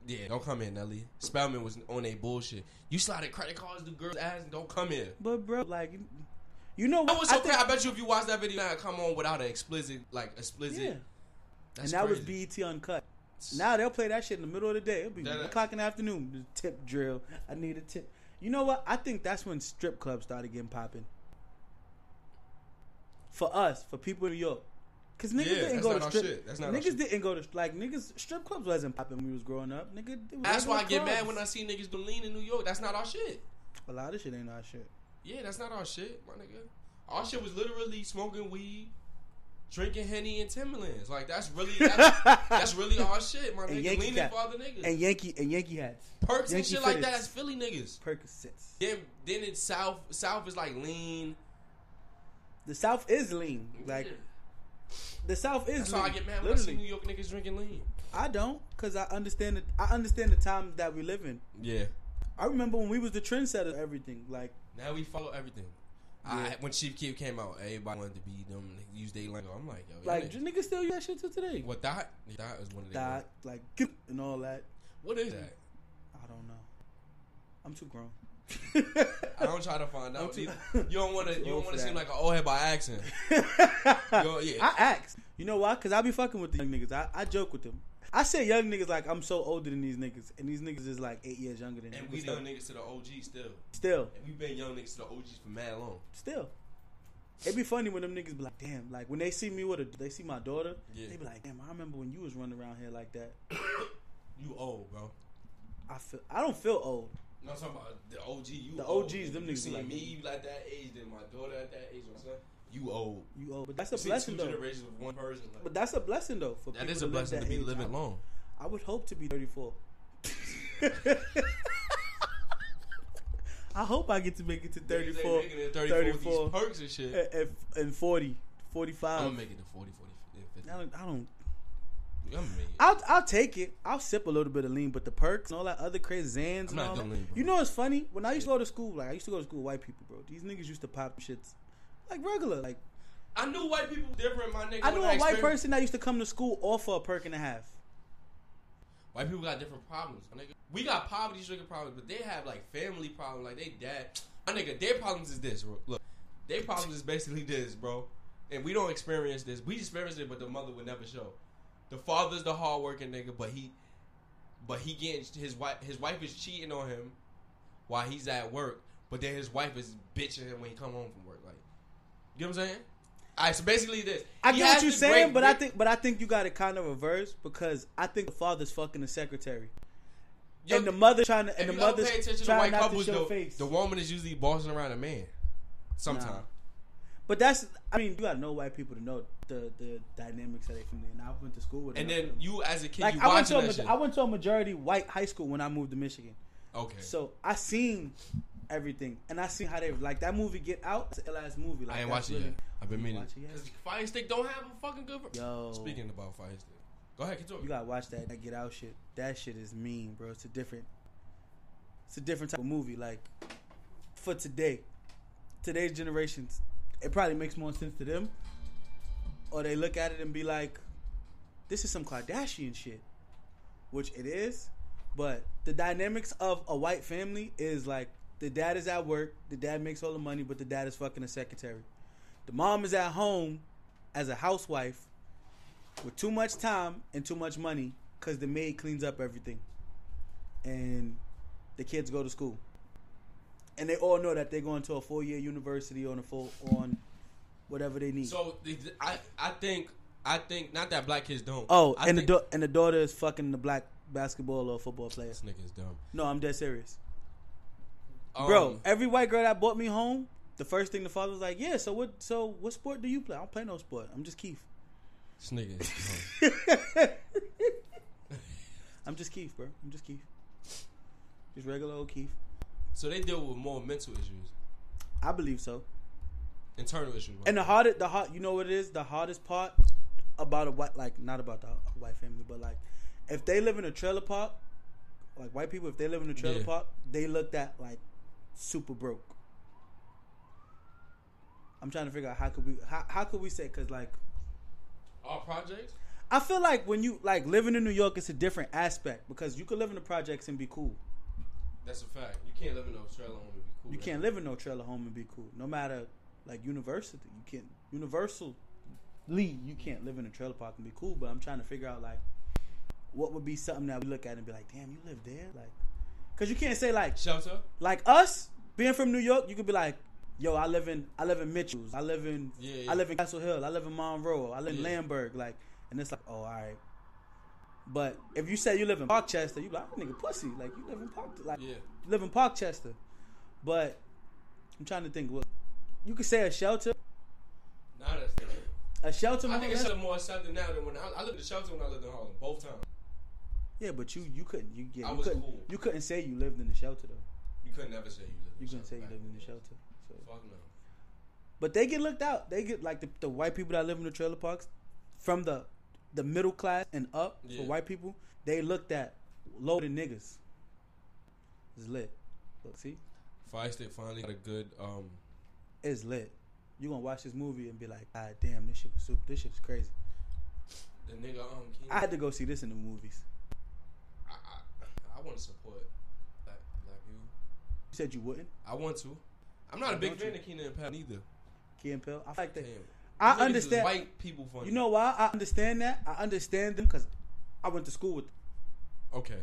yeah, don't come here, Nelly. Spellman was on a bullshit. You slotted credit cards to girls' ass, don't come here.
But bro, like you- you know
That
what
was so crazy. I bet you if you watch that video, it come on without an explicit, like explicit.
yeah. And
That's
that was
crazy.
BET Uncut. Now they'll play that shit in the middle of the day. It'll be
That-
one o'clock in the afternoon. The tip drill. I need a tip. You know what? I think that's when strip clubs started getting popping. For us, for people in New York. Cause niggas
Yeah,
didn't
that's
go
not
to
our
strip.
shit. That's not our
niggas
shit.
didn't go to like niggas strip clubs wasn't popping when we was growing up. Nigga, it was
That's why I get
regular
mad
clubs.
when I see niggas do lean in New York. That's not our shit.
A lot of shit ain't our shit.
Yeah, that's not our shit, my nigga. Our shit was literally smoking weed, drinking henny and Timberlands. Like that's really that's, that's really our shit, my
And
nigga.
Yankee
Leaning
Cat.
for other niggas.
And Yankee and Yankee hats.
Perks and
Yankee
shit like
fitteds.
that. That's Philly niggas.
Percocets.
Then then it's South South is like lean.
The South is lean. Like
Yeah.
the South is
that's
lean.
how I get mad when
Literally.
I see New York niggas drinking lean.
I don't, cause I understand. The, I understand the times that we live in.
Yeah.
I remember when we was the trendsetter. of Everything like
Now we follow everything.
Yeah.
I, when Chief Keef came out, everybody wanted to be them. Niggas use they lingo. I'm like, yo, yeah,
like
nigga.
niggas still use that shit till today.
what that? That is one of the.
Dot like "Gip," and all that.
What is that?
I don't know. I'm too grown.
I don't try to find out.
too-
either. you don't want to. You
old
don't want
for
to seem
that.
like an old head by accent. You don't- yeah.
I asked. You know why? Cause I be fucking with the young niggas. I, I joke with them. I say young niggas like I'm so older than these niggas, and these niggas is like eight years younger than me.
And we e-
What's up?
young niggas to the OG still.
Still,
And we been young niggas to the OGs for mad long.
still. It be funny when them niggas be like, damn, like when they see me with a, they see my daughter,
Yeah.
they be like, damn, I remember when you was running around here like that.
You old, bro.
I feel, I don't feel old.
No, I'm talking about the OG. You
The
old.
OGs,
If
them
you
niggas
seen
like-
me like that age, then my daughter at that age, my son. You old.
You old, but that's
You
a
see
blessing
two
though.
generations of one person. Like,
But that's a blessing though for
that
people
is a blessing to
live
be
that age.
living long.
I would hope to be 34. I hope I get to make it to 34,
Niggas ain't making it 34, 34.
34.
With these perks and shit.
and- and, and 40,
I'm
45.
gonna make it to 40, 40, 50.
I don't. I don't
I'm gonna make it.
I'll, I'll take it. I'll sip a little bit of lean, but the perks and all that other crazy Zans
I'm
and
not
all
doing
that.
lean, bro.
You know, it's funny. When I used to go to school, like I used to go to school with white people, bro. These niggas used to pop shits like regular. Like
I knew white people different, my nigga.
I
when
knew a white
experienced-
person that used to come to school off for a perk and a half.
White people got different problems, my nigga. We got poverty stricken problems, but they have like family problems. Like they dad, my nigga. Their problems is this. bro. Look, their problems is basically this, bro. And we don't experience this. We experience it, but the mother would never show. The father's the hardworking nigga, but he, but he getting his wife. His wife is cheating on him while he's at work. But then his wife is bitching him when he come home from work. Like, you know what I'm saying? All right, so basically this.
I
He
get what
has
you're
to break-
saying, but I think but I think you got it kind of reversed because I think the father's fucking the secretary
Yo,
and the mother trying to
If
and the
you ever
mother's
pay attention to
trying
white
not
couples,
to show
though,
face.
the woman is usually bossing around a man. Sometimes.
Nah. But that's I mean you gotta know white people to know the the dynamics of their family. And I went to school with
And
enough of
then
them.
you, as a kid,
like
you
I went
watching
to a,
that
ma-
shit.
I went to a majority white high school when I moved to Michigan,
okay.
so I seen everything and I seen how they like that movie Get Out. It's an ill ass movie. Like,
I ain't
that's
watched it
really-
yet. I've been
You
meaning.
watch it yet?
Because Fire Stick don't have a fucking good.
Yo,
Speaking about Fire Stick. Go ahead, keep
You
talking.
gotta watch that, that Get Out shit. That shit is mean, bro. It's a different, it's a different type of movie. Like for today, today's generations, it probably makes more sense to them, or they look at it and be like, "This is some Kardashian shit," which it is. But the dynamics of a white family is like the dad is at work, the dad makes all the money, but the dad is fucking a secretary. The mom is at home as a housewife with too much time and too much money because the maid cleans up everything and the kids go to school and they all know that they're going to a four-year university on a full on whatever they need
So the- the- I, I think, I think not that black kids don't.
oh
I
and
think-
the da- and the daughter is fucking the black basketball or football player
this nigga is dumb,
no i'm dead serious
um,
bro every white girl that brought me home the first thing the father was like yeah so what so what sport do you play i don't play no sport i'm just keith
This nigga is dumb.
i'm just keith bro i'm just keith just regular old keith
so they deal with more mental issues,
i believe so
internal issues.
And the hardest, the hard, you know what it is? The hardest part about a white, like not about the a white family, but like if they live in a trailer park, like white people, if they live in a trailer
Yeah.
park, they looked at like super broke. I'm trying to figure out how could we, how, how could we say? Cause like
All projects.
I feel like when you like living in New York, it's a different aspect because you could live in the projects and be cool.
That's a fact. You can't live in Australia and be cool.
You
That's-
can't live in no trailer home and be cool. No matter like university, you can't universal Lee, you can't live in a trailer park and be cool. But I'm trying to figure out like what would be something that we look at and be like, damn, you live there, like, because you can't say like
shelter.
like us being from New York, you could be like, yo, I live in I live in Mitchell's, I live in
Yeah, yeah.
I live in Castle Hill, I live in Monroe, I live in
Yeah.
Lamberg, like, and it's like, oh, all right. But if you say you live in Parkchester, you be like nigga pussy, like you live in Park, like
Yeah.
live in Parkchester, but I'm trying to think. What you could say a shelter,
Nah, that's different.
a shelter.
I
more
think
or
it's
less-
something more accepted now than when I, I lived in shelter when I lived in Harlem. Both times,
yeah, but you you couldn't you, yeah,
I
you
was
couldn't
cool.
you couldn't say you lived in the shelter though.
you couldn't ever say you lived.
You
in
couldn't say you
back
lived in the
then.
shelter. So.
Fuck no.
But they get looked out. They get like the, the white people that live in the trailer parks, from the the middle class and up
Yeah.
for white people, they looked at lower than niggas. It's lit. Look, see,
Fire Stick finally got a good. Um,
it's lit. You gonna watch this movie and be like, God damn, this shit was super. This shit is crazy.
the nigga um. King,
I
I,
had to go see this in the movies.
I, I want to support black, black people.
You said you wouldn't.
I want to. I'm not a big
Don't
fan
you?
of Keenan and Pat either.
Key and Peele. I like
Damn.
that. I
Niggas is
understand.
white people funny.
You know why I understand that? I understand them because I went to school with them.
Okay.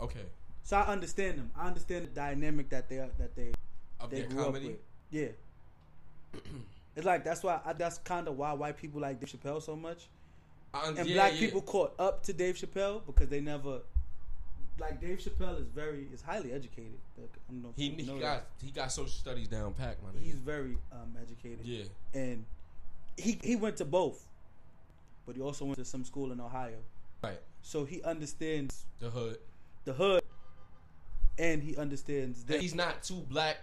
Okay.
So I understand them. I understand the dynamic that they are, that they
Of
they
their
grew
comedy.
up with. Yeah. it's like that's why I, that's kind of why white people like Dave Chappelle so much,
I un-
and
yeah,
black
yeah.
people caught up to Dave Chappelle because they never. Like Dave Chappelle is very is highly educated. Like, I don't know if
He,
you
he
know
got
that.
he got social studies down packed, my
he's
nigga.
very um, educated.
Yeah.
and he he went to both, but he also went to some school in Ohio,
Right.
so he understands
The hood.
the hood, and he understands
That
that.
he's not too black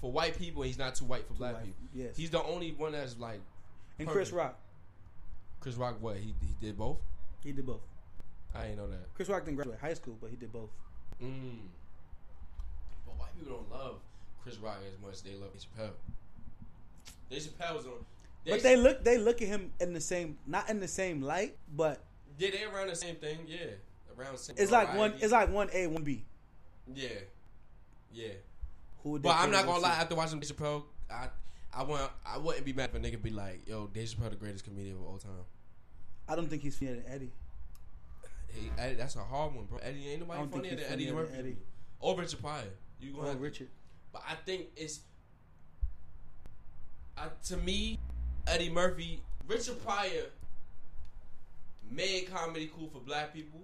for white people. and He's not too white for black
white,
people.
yes.
He's the only one that's like
and Chris
perfect.
Rock,
Chris Rock. What he he did both.
he did both.
I ain't know that.
Chris Rock didn't graduate high school, but he did both.
Mm. But white people don't love Chris Rock as much as they love Dave Chappelle. Dave Chappelle's on. They,
But they look they look at him in the same not in the same light, but
yeah, they around the same thing. Yeah, around the same.
it's like one
variety.
it's like one A one B.
yeah, yeah.
Who would
But
they
I'm not
go
gonna
see?
lie. After watching Dave Chappelle, I I want I wouldn't be mad if a nigga be like, "Yo, Dave Chappelle the greatest comedian of all time."
I don't think he's funnier than Eddie.
Hey, Eddie, that's a hard one, bro. Eddie ain't
I
nobody
don't
funnier
think
than
he's
Eddie
funnier than
Murphy.
Eddie.
Or Richard Pryor. You gonna
Or
have to-
Richard.
But I think it's I, to me, Eddie Murphy, Richard Pryor made comedy cool for black people.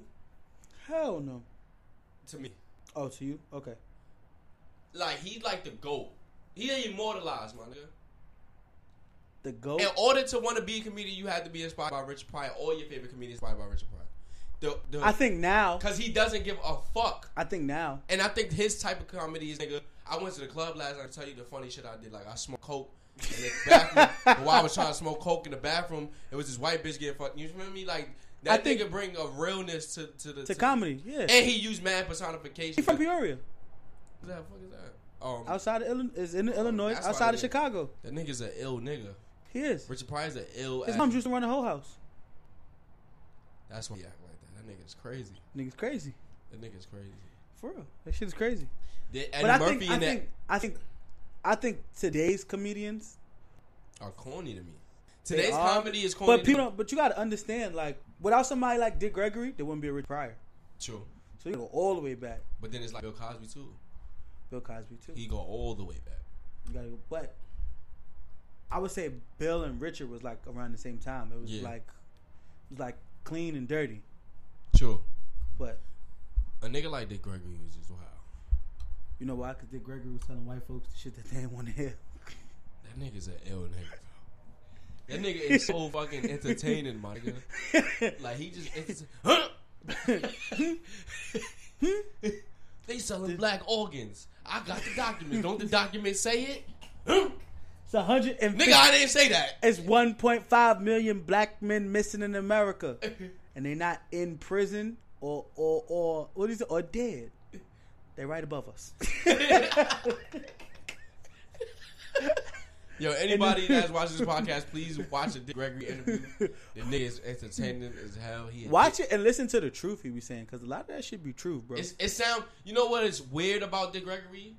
Hell no.
To me,
Oh, to you? Okay.
like he's like the goat. He immortalized, my nigga.
The GOAT
In order to want to be a comedian, you had to be inspired by Richard Pryor. All your favorite comedians inspired by Richard Pryor. The, the,
I think now
because he doesn't give a fuck.
I think now
And I think his type of comedy is nigga. I went to the club last night to tell you the funny shit I did. Like I smoked coke in the bathroom. And while I was trying to smoke coke in the bathroom, it was this white bitch getting fucked. You remember me? Like that
I think-
nigga bring a realness to to the
to comedy, yeah.
And he used mad personification.
He from Peoria,
What the fuck is that? Um,
outside of Illinois, is in Illinois,
that's why
outside
they-
of Chicago.
that nigga's an ill nigga.
He is.
Richard Pryor's an ill.
His
ass-
mom used to run the whole house.
That's why he act like that. That nigga's crazy.
Niggas crazy,
That nigga's crazy.
for real. That shit is crazy.
Did Eddie
But I
Murphy
think I
and that
think I think I think today's comedians
are corny to me.
They
Today's
are.
comedy is corny.
But people
to me.
don't, but you gotta understand, like without somebody like Dick Gregory, there wouldn't be a Rich Pryor.
True.
So you go all the way back,
But then it's like Bill Cosby too.
Bill Cosby too.
He go all the way back.
you gotta go, but I would say Bill and Richard was like around the same time. It was
Yeah.
like it was like clean and dirty,
True.
but
A nigga like Dick Gregory was just wow.
you know why? Because Dick Gregory was telling white folks the shit that they didn't want to hear.
That nigga's an ill nigga. That nigga is so fucking entertaining, my nigga. Like he just, it's, huh? they selling black organs. I got the documents. Don't the documents say it? Huh?
It's a hundred and
nigga, I didn't say that.
It's 1.5 million black men missing in America, and they're not in prison or or or what is it or dead. They're right above us.
Yo, anybody that's watching this podcast, please watch the Dick Gregory interview. The nigga is entertaining as hell. He a
Watch it and listen to the truth he was saying, because a lot of that should be true, bro.
It's, it sound. You know what is weird about Dick Gregory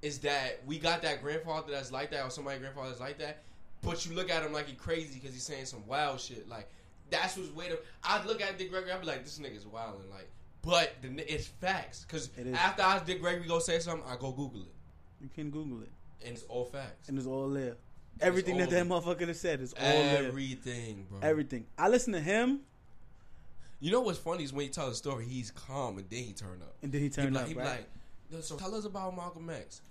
is that we got that grandfather that's like that, or somebody grandfather that's like that. But you look at him like he crazy because he's saying some wild shit. Like that's what's weird. I would look at Dick Gregory, I'd be like, this nigga's wild and like. But the, ni- it's facts because
It is.
after I Dick Gregory go say something, I go Google it,
you can Google it,
and it's all facts.
and it's all there. Everything
all
that that motherfucker has said is all
Everything, bro.
there. Everything. I listen to him,
You know what's funny is when he tells a story, he's calm and then he turn up.
and then he
He
turned
be
up.
like, he be
right?
like, "Yo, so tell us about Malcolm X.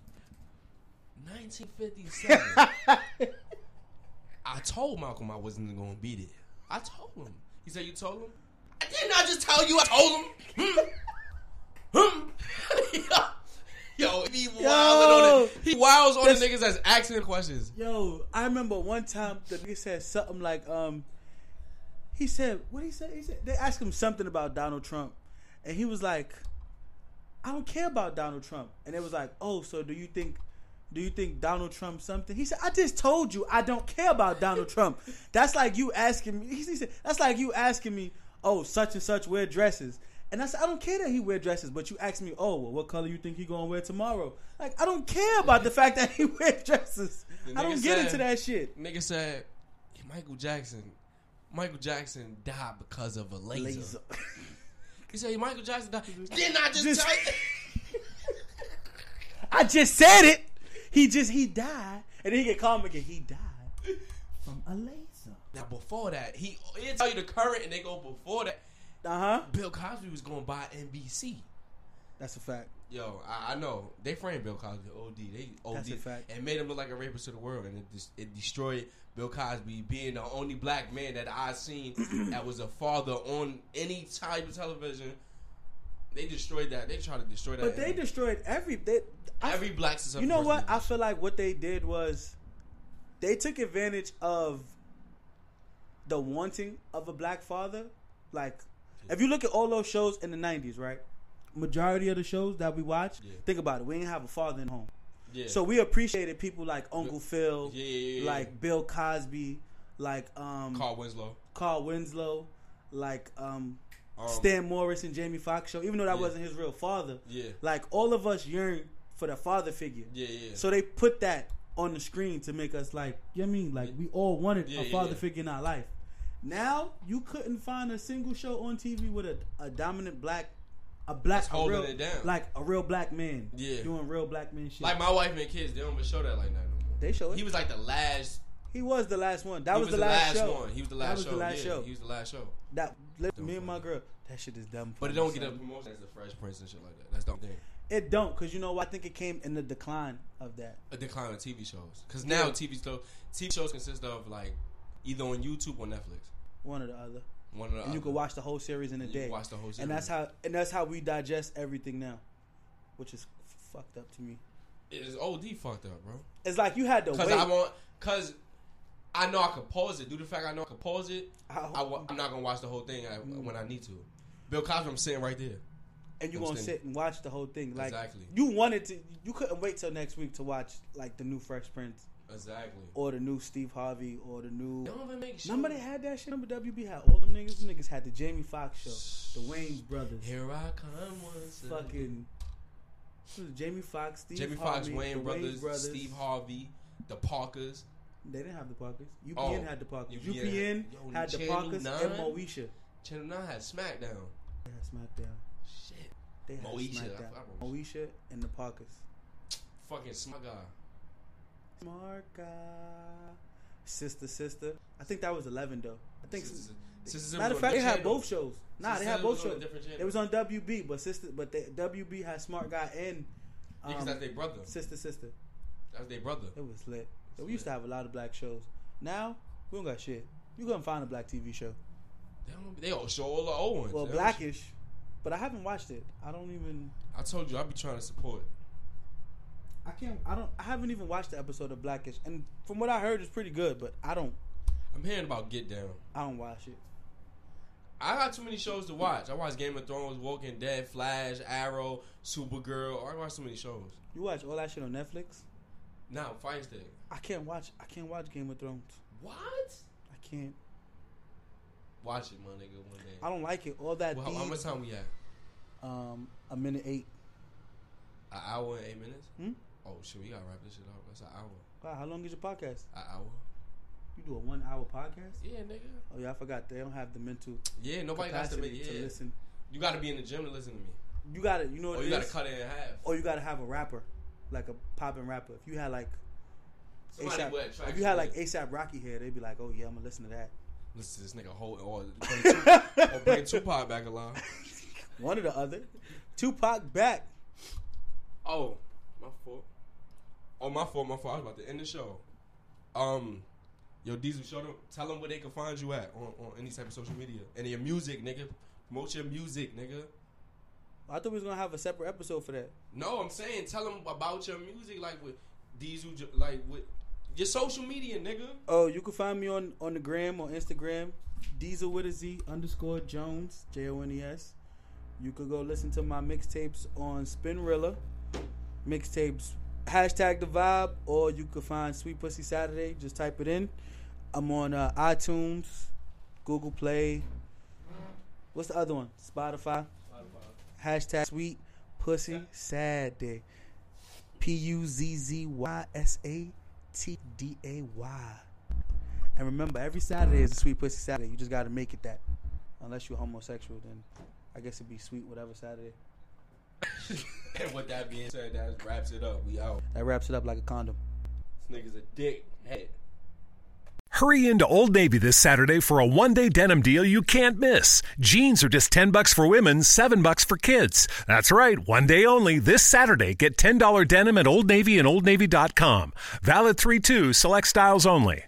1957. I told Malcolm I wasn't gonna be there. I told him. He said, "You told him." I didn't. I just tell you. I told him. Hmm. Hmm. Yo, he wilding
Yo.
on it. He wilds on the
That's-
niggas that's asking questions.
Yo, I remember one time the nigga said something like, um, he said, what he said? He said they asked him something about Donald Trump, and he was like, I don't care about Donald Trump. And it was like, oh, so do you think, do you think Donald Trump something? He said, I just told you I don't care about Donald Trump. That's like you asking me. He said, that's like you asking me, oh, such and such wear dresses. And I said, I don't care that he wear dresses, but you asked me, oh, well, what color you think he gonna wear tomorrow? Like, I don't care about the fact that he wear dresses.
The
I don't
nigga
get
said-
into that shit.
Nigga said, "Michael Jackson. Michael Jackson died because of a laser. He said Michael Jackson died. Didn't I just,
Just-
tell you?
I just said it. He just he died, and then he get calm again. He died from a laser.
Now before that, he it tell you the current, and they go before that.
Uh huh.
Bill Cosby was going by NBC.
That's a fact.
Yo, I, I know they framed Bill Cosby OD. They OD
That's a fact.
and made him look like a rapist to the world, and it, dis- it destroyed Bill Cosby being the only black man that I seen that was a father on any type of television. They destroyed that. They tried to destroy that.
But they
image.
destroyed every they. I,
every black is a
you know
person.
what? I feel like what they did was they took advantage of the wanting of a black father. Like, if you look at all those shows in the '90s, right? Majority of the shows that we watch,
Yeah.
think about it. We ain't have a father in the home,
yeah.
so we appreciated people like Uncle Phil,
yeah, yeah, yeah.
like Bill Cosby, like um, Carl.
Carl Winslow,
Winslow, like um,
um,
Stan Morris and Jamie Foxx show. Even though that
yeah.
wasn't his real father,
Yeah,
like all of us yearn for the father figure.
yeah, yeah.
So they put that on the screen to make us like, you know what I mean? Like we all wanted
Yeah,
a
yeah,
father
yeah.
figure in our life. Now you couldn't find a single show on TV with a, a dominant black, a black,
That's
a
holding
real,
it down.
like a real black man,
Yeah.
doing real black man shit.
like my wife and kids, they don't even show that like that no more.
they show it.
He was like the last.
He was the last one. That
he
was, the last, show.
one. He was the last
That was
show.
the last
yeah,
show.
He was the last show.
That li-
Don't
me and my
fuck.
girl. That shit is dumb.
But
for
it
me,
don't get a
son.
promotion as a Fresh Prince and shit like that. That's the thing.
It don't, cause you know what? I think it came in the decline of that.
A decline of TV shows. Because now
Yeah.
TV shows, TV shows consist of like either on YouTube or Netflix.
One or the other,
One of the
and you
other.
can watch the whole series in a
Uh-huh. You
day.
can watch the whole series.
and that's how and that's how we digest everything now, which is f- fucked up to me.
it is OD fucked up, bro.
It's like you had to
Because
wait.
I want. Because I know I can pause it. Due to the fact I know I can pause it,
How-
I wa- I'm not gonna watch the whole thing I,
Mm.
when I need to. Bill Cosby, I'm sitting right there.
and you gonna
Understand.
sit and watch the whole thing. Like
Exactly.
you wanted to, you couldn't wait till next week to watch like the new Fresh Prince
Exactly.
or the new Steve Harvey or the new.
Don't even make sure.
Remember they had that shit. Remember WB had all them niggas. Them niggas had the Jamie Foxx show, the Wayne brothers,
Here I come once. again.
fucking who was it, Jamie Foxx, Steve
Jamie Foxx,
Harvey,
Wayne
the
brothers, Steve Harvey, the Parkers.
They didn't have the Parkers. UPN
Oh,
had the Parkers.
UPN.
UPN,
Yo,
had the
Channel
Parkers and
9?
Moesha.
Channel 9 had SmackDown.
They had SmackDown.
Shit.
They had
Moesha,
SmackDown.
I forgot
Moesha and the Parkers.
Fucking Smart Guy.
Smart guy. Sister, sister. I think that was eleven though. I think.
Sisters- Sisters
matter of
was
fact,
on
they had
channel.
both shows. Nah,
Sisters
they had both
was on a
shows.
different channel.
It was on WB, but sister, but they, WB had smart guy and
Yeah, 'cause
um,
that's their brother.
sister, sister.
That's their brother.
It was lit.
It's
we used to
lit.
have a lot of black shows. Now we don't got shit. You couldn't find a black TV show.
They, don't, they all show all the old ones.
Well,
They don't show-
blackish, but I haven't watched it. I don't even.
I told you, I be trying to support.
I can't. I don't. I haven't even watched the episode of Blackish, and from what I heard, it's pretty good. But I don't.
I'm hearing about Get Down.
I don't watch it.
I got too many shows to watch. I watch Game of Thrones, Walking Dead, Flash, Arrow, Supergirl. I watch so many shows.
You watch all that shit on Netflix?
Now, Fire Stick.
I can't watch. I can't watch Game of Thrones.
What?
I can't.
Watch it, my nigga, one day.
I don't like it. All that.
Well, how, how
deep-
much time we have?
um, a minute eight.
An hour and eight minutes?
Hmm?
Oh, shit, we gotta wrap this shit up. That's an hour.
Wow, how long is your podcast?
An hour?
You do a one-hour podcast?
Yeah, nigga.
Oh yeah, I forgot. They don't have the mental
Yeah, nobody got to
capacity
make
to,
yeah.
listen. Oh,
You gotta be in the gym to listen to me.
You got to You know what
Or Oh,
it
you gotta
is?
cut it in half.
Or you got to have a rapper, like a popping rapper. If you had like
Somebody
ASAP,
wear a track
if you had like
suit.
ASAP Rocky hair, they'd be like, oh yeah, I'm gonna listen to that.
listen to this nigga hold or bring, Tupac, or oh, bring Tupac back alive.
One or the other. Tupac back.
Oh, my fault. Oh, my fault, my fault. I was about to end the show. Um, yo, Diesel, show them, tell them where they can find you at on, on any type of social media and your music, nigga. Promote your music, nigga.
I thought we was gonna have a separate episode for that.
No, I'm saying tell them about your music, like with Diesel, j- like with your social media, nigga.
Oh, you can find me on on the gram on Instagram, Diesel with a Z underscore Jones J O N E S. You could go listen to my mixtapes on Spinrilla, mixtapes hashtag the vibe, or you could find Sweet Pussy Saturday. Just type it in. I'm on uh, iTunes, Google Play. What's the other one? Spotify. Hashtag Sweet Pussy Saturday. P U Z Z Y S A T D A Y. And remember, every Saturday is a sweet pussy Saturday. You just got to make it that. Unless you're homosexual, then I guess it'd be sweet whatever Saturday.
and with that being said, that wraps it up. We out.
That wraps it up like a condom.
This nigga's a dick head.
Hurry into Old Navy this Saturday for a one-day denim deal you can't miss. Jeans are just 10 bucks for women, 7 bucks for kids. That's right, one day only this Saturday. Get $10 denim at Old Navy and oldnavy.com. Valid 3-2, select styles only.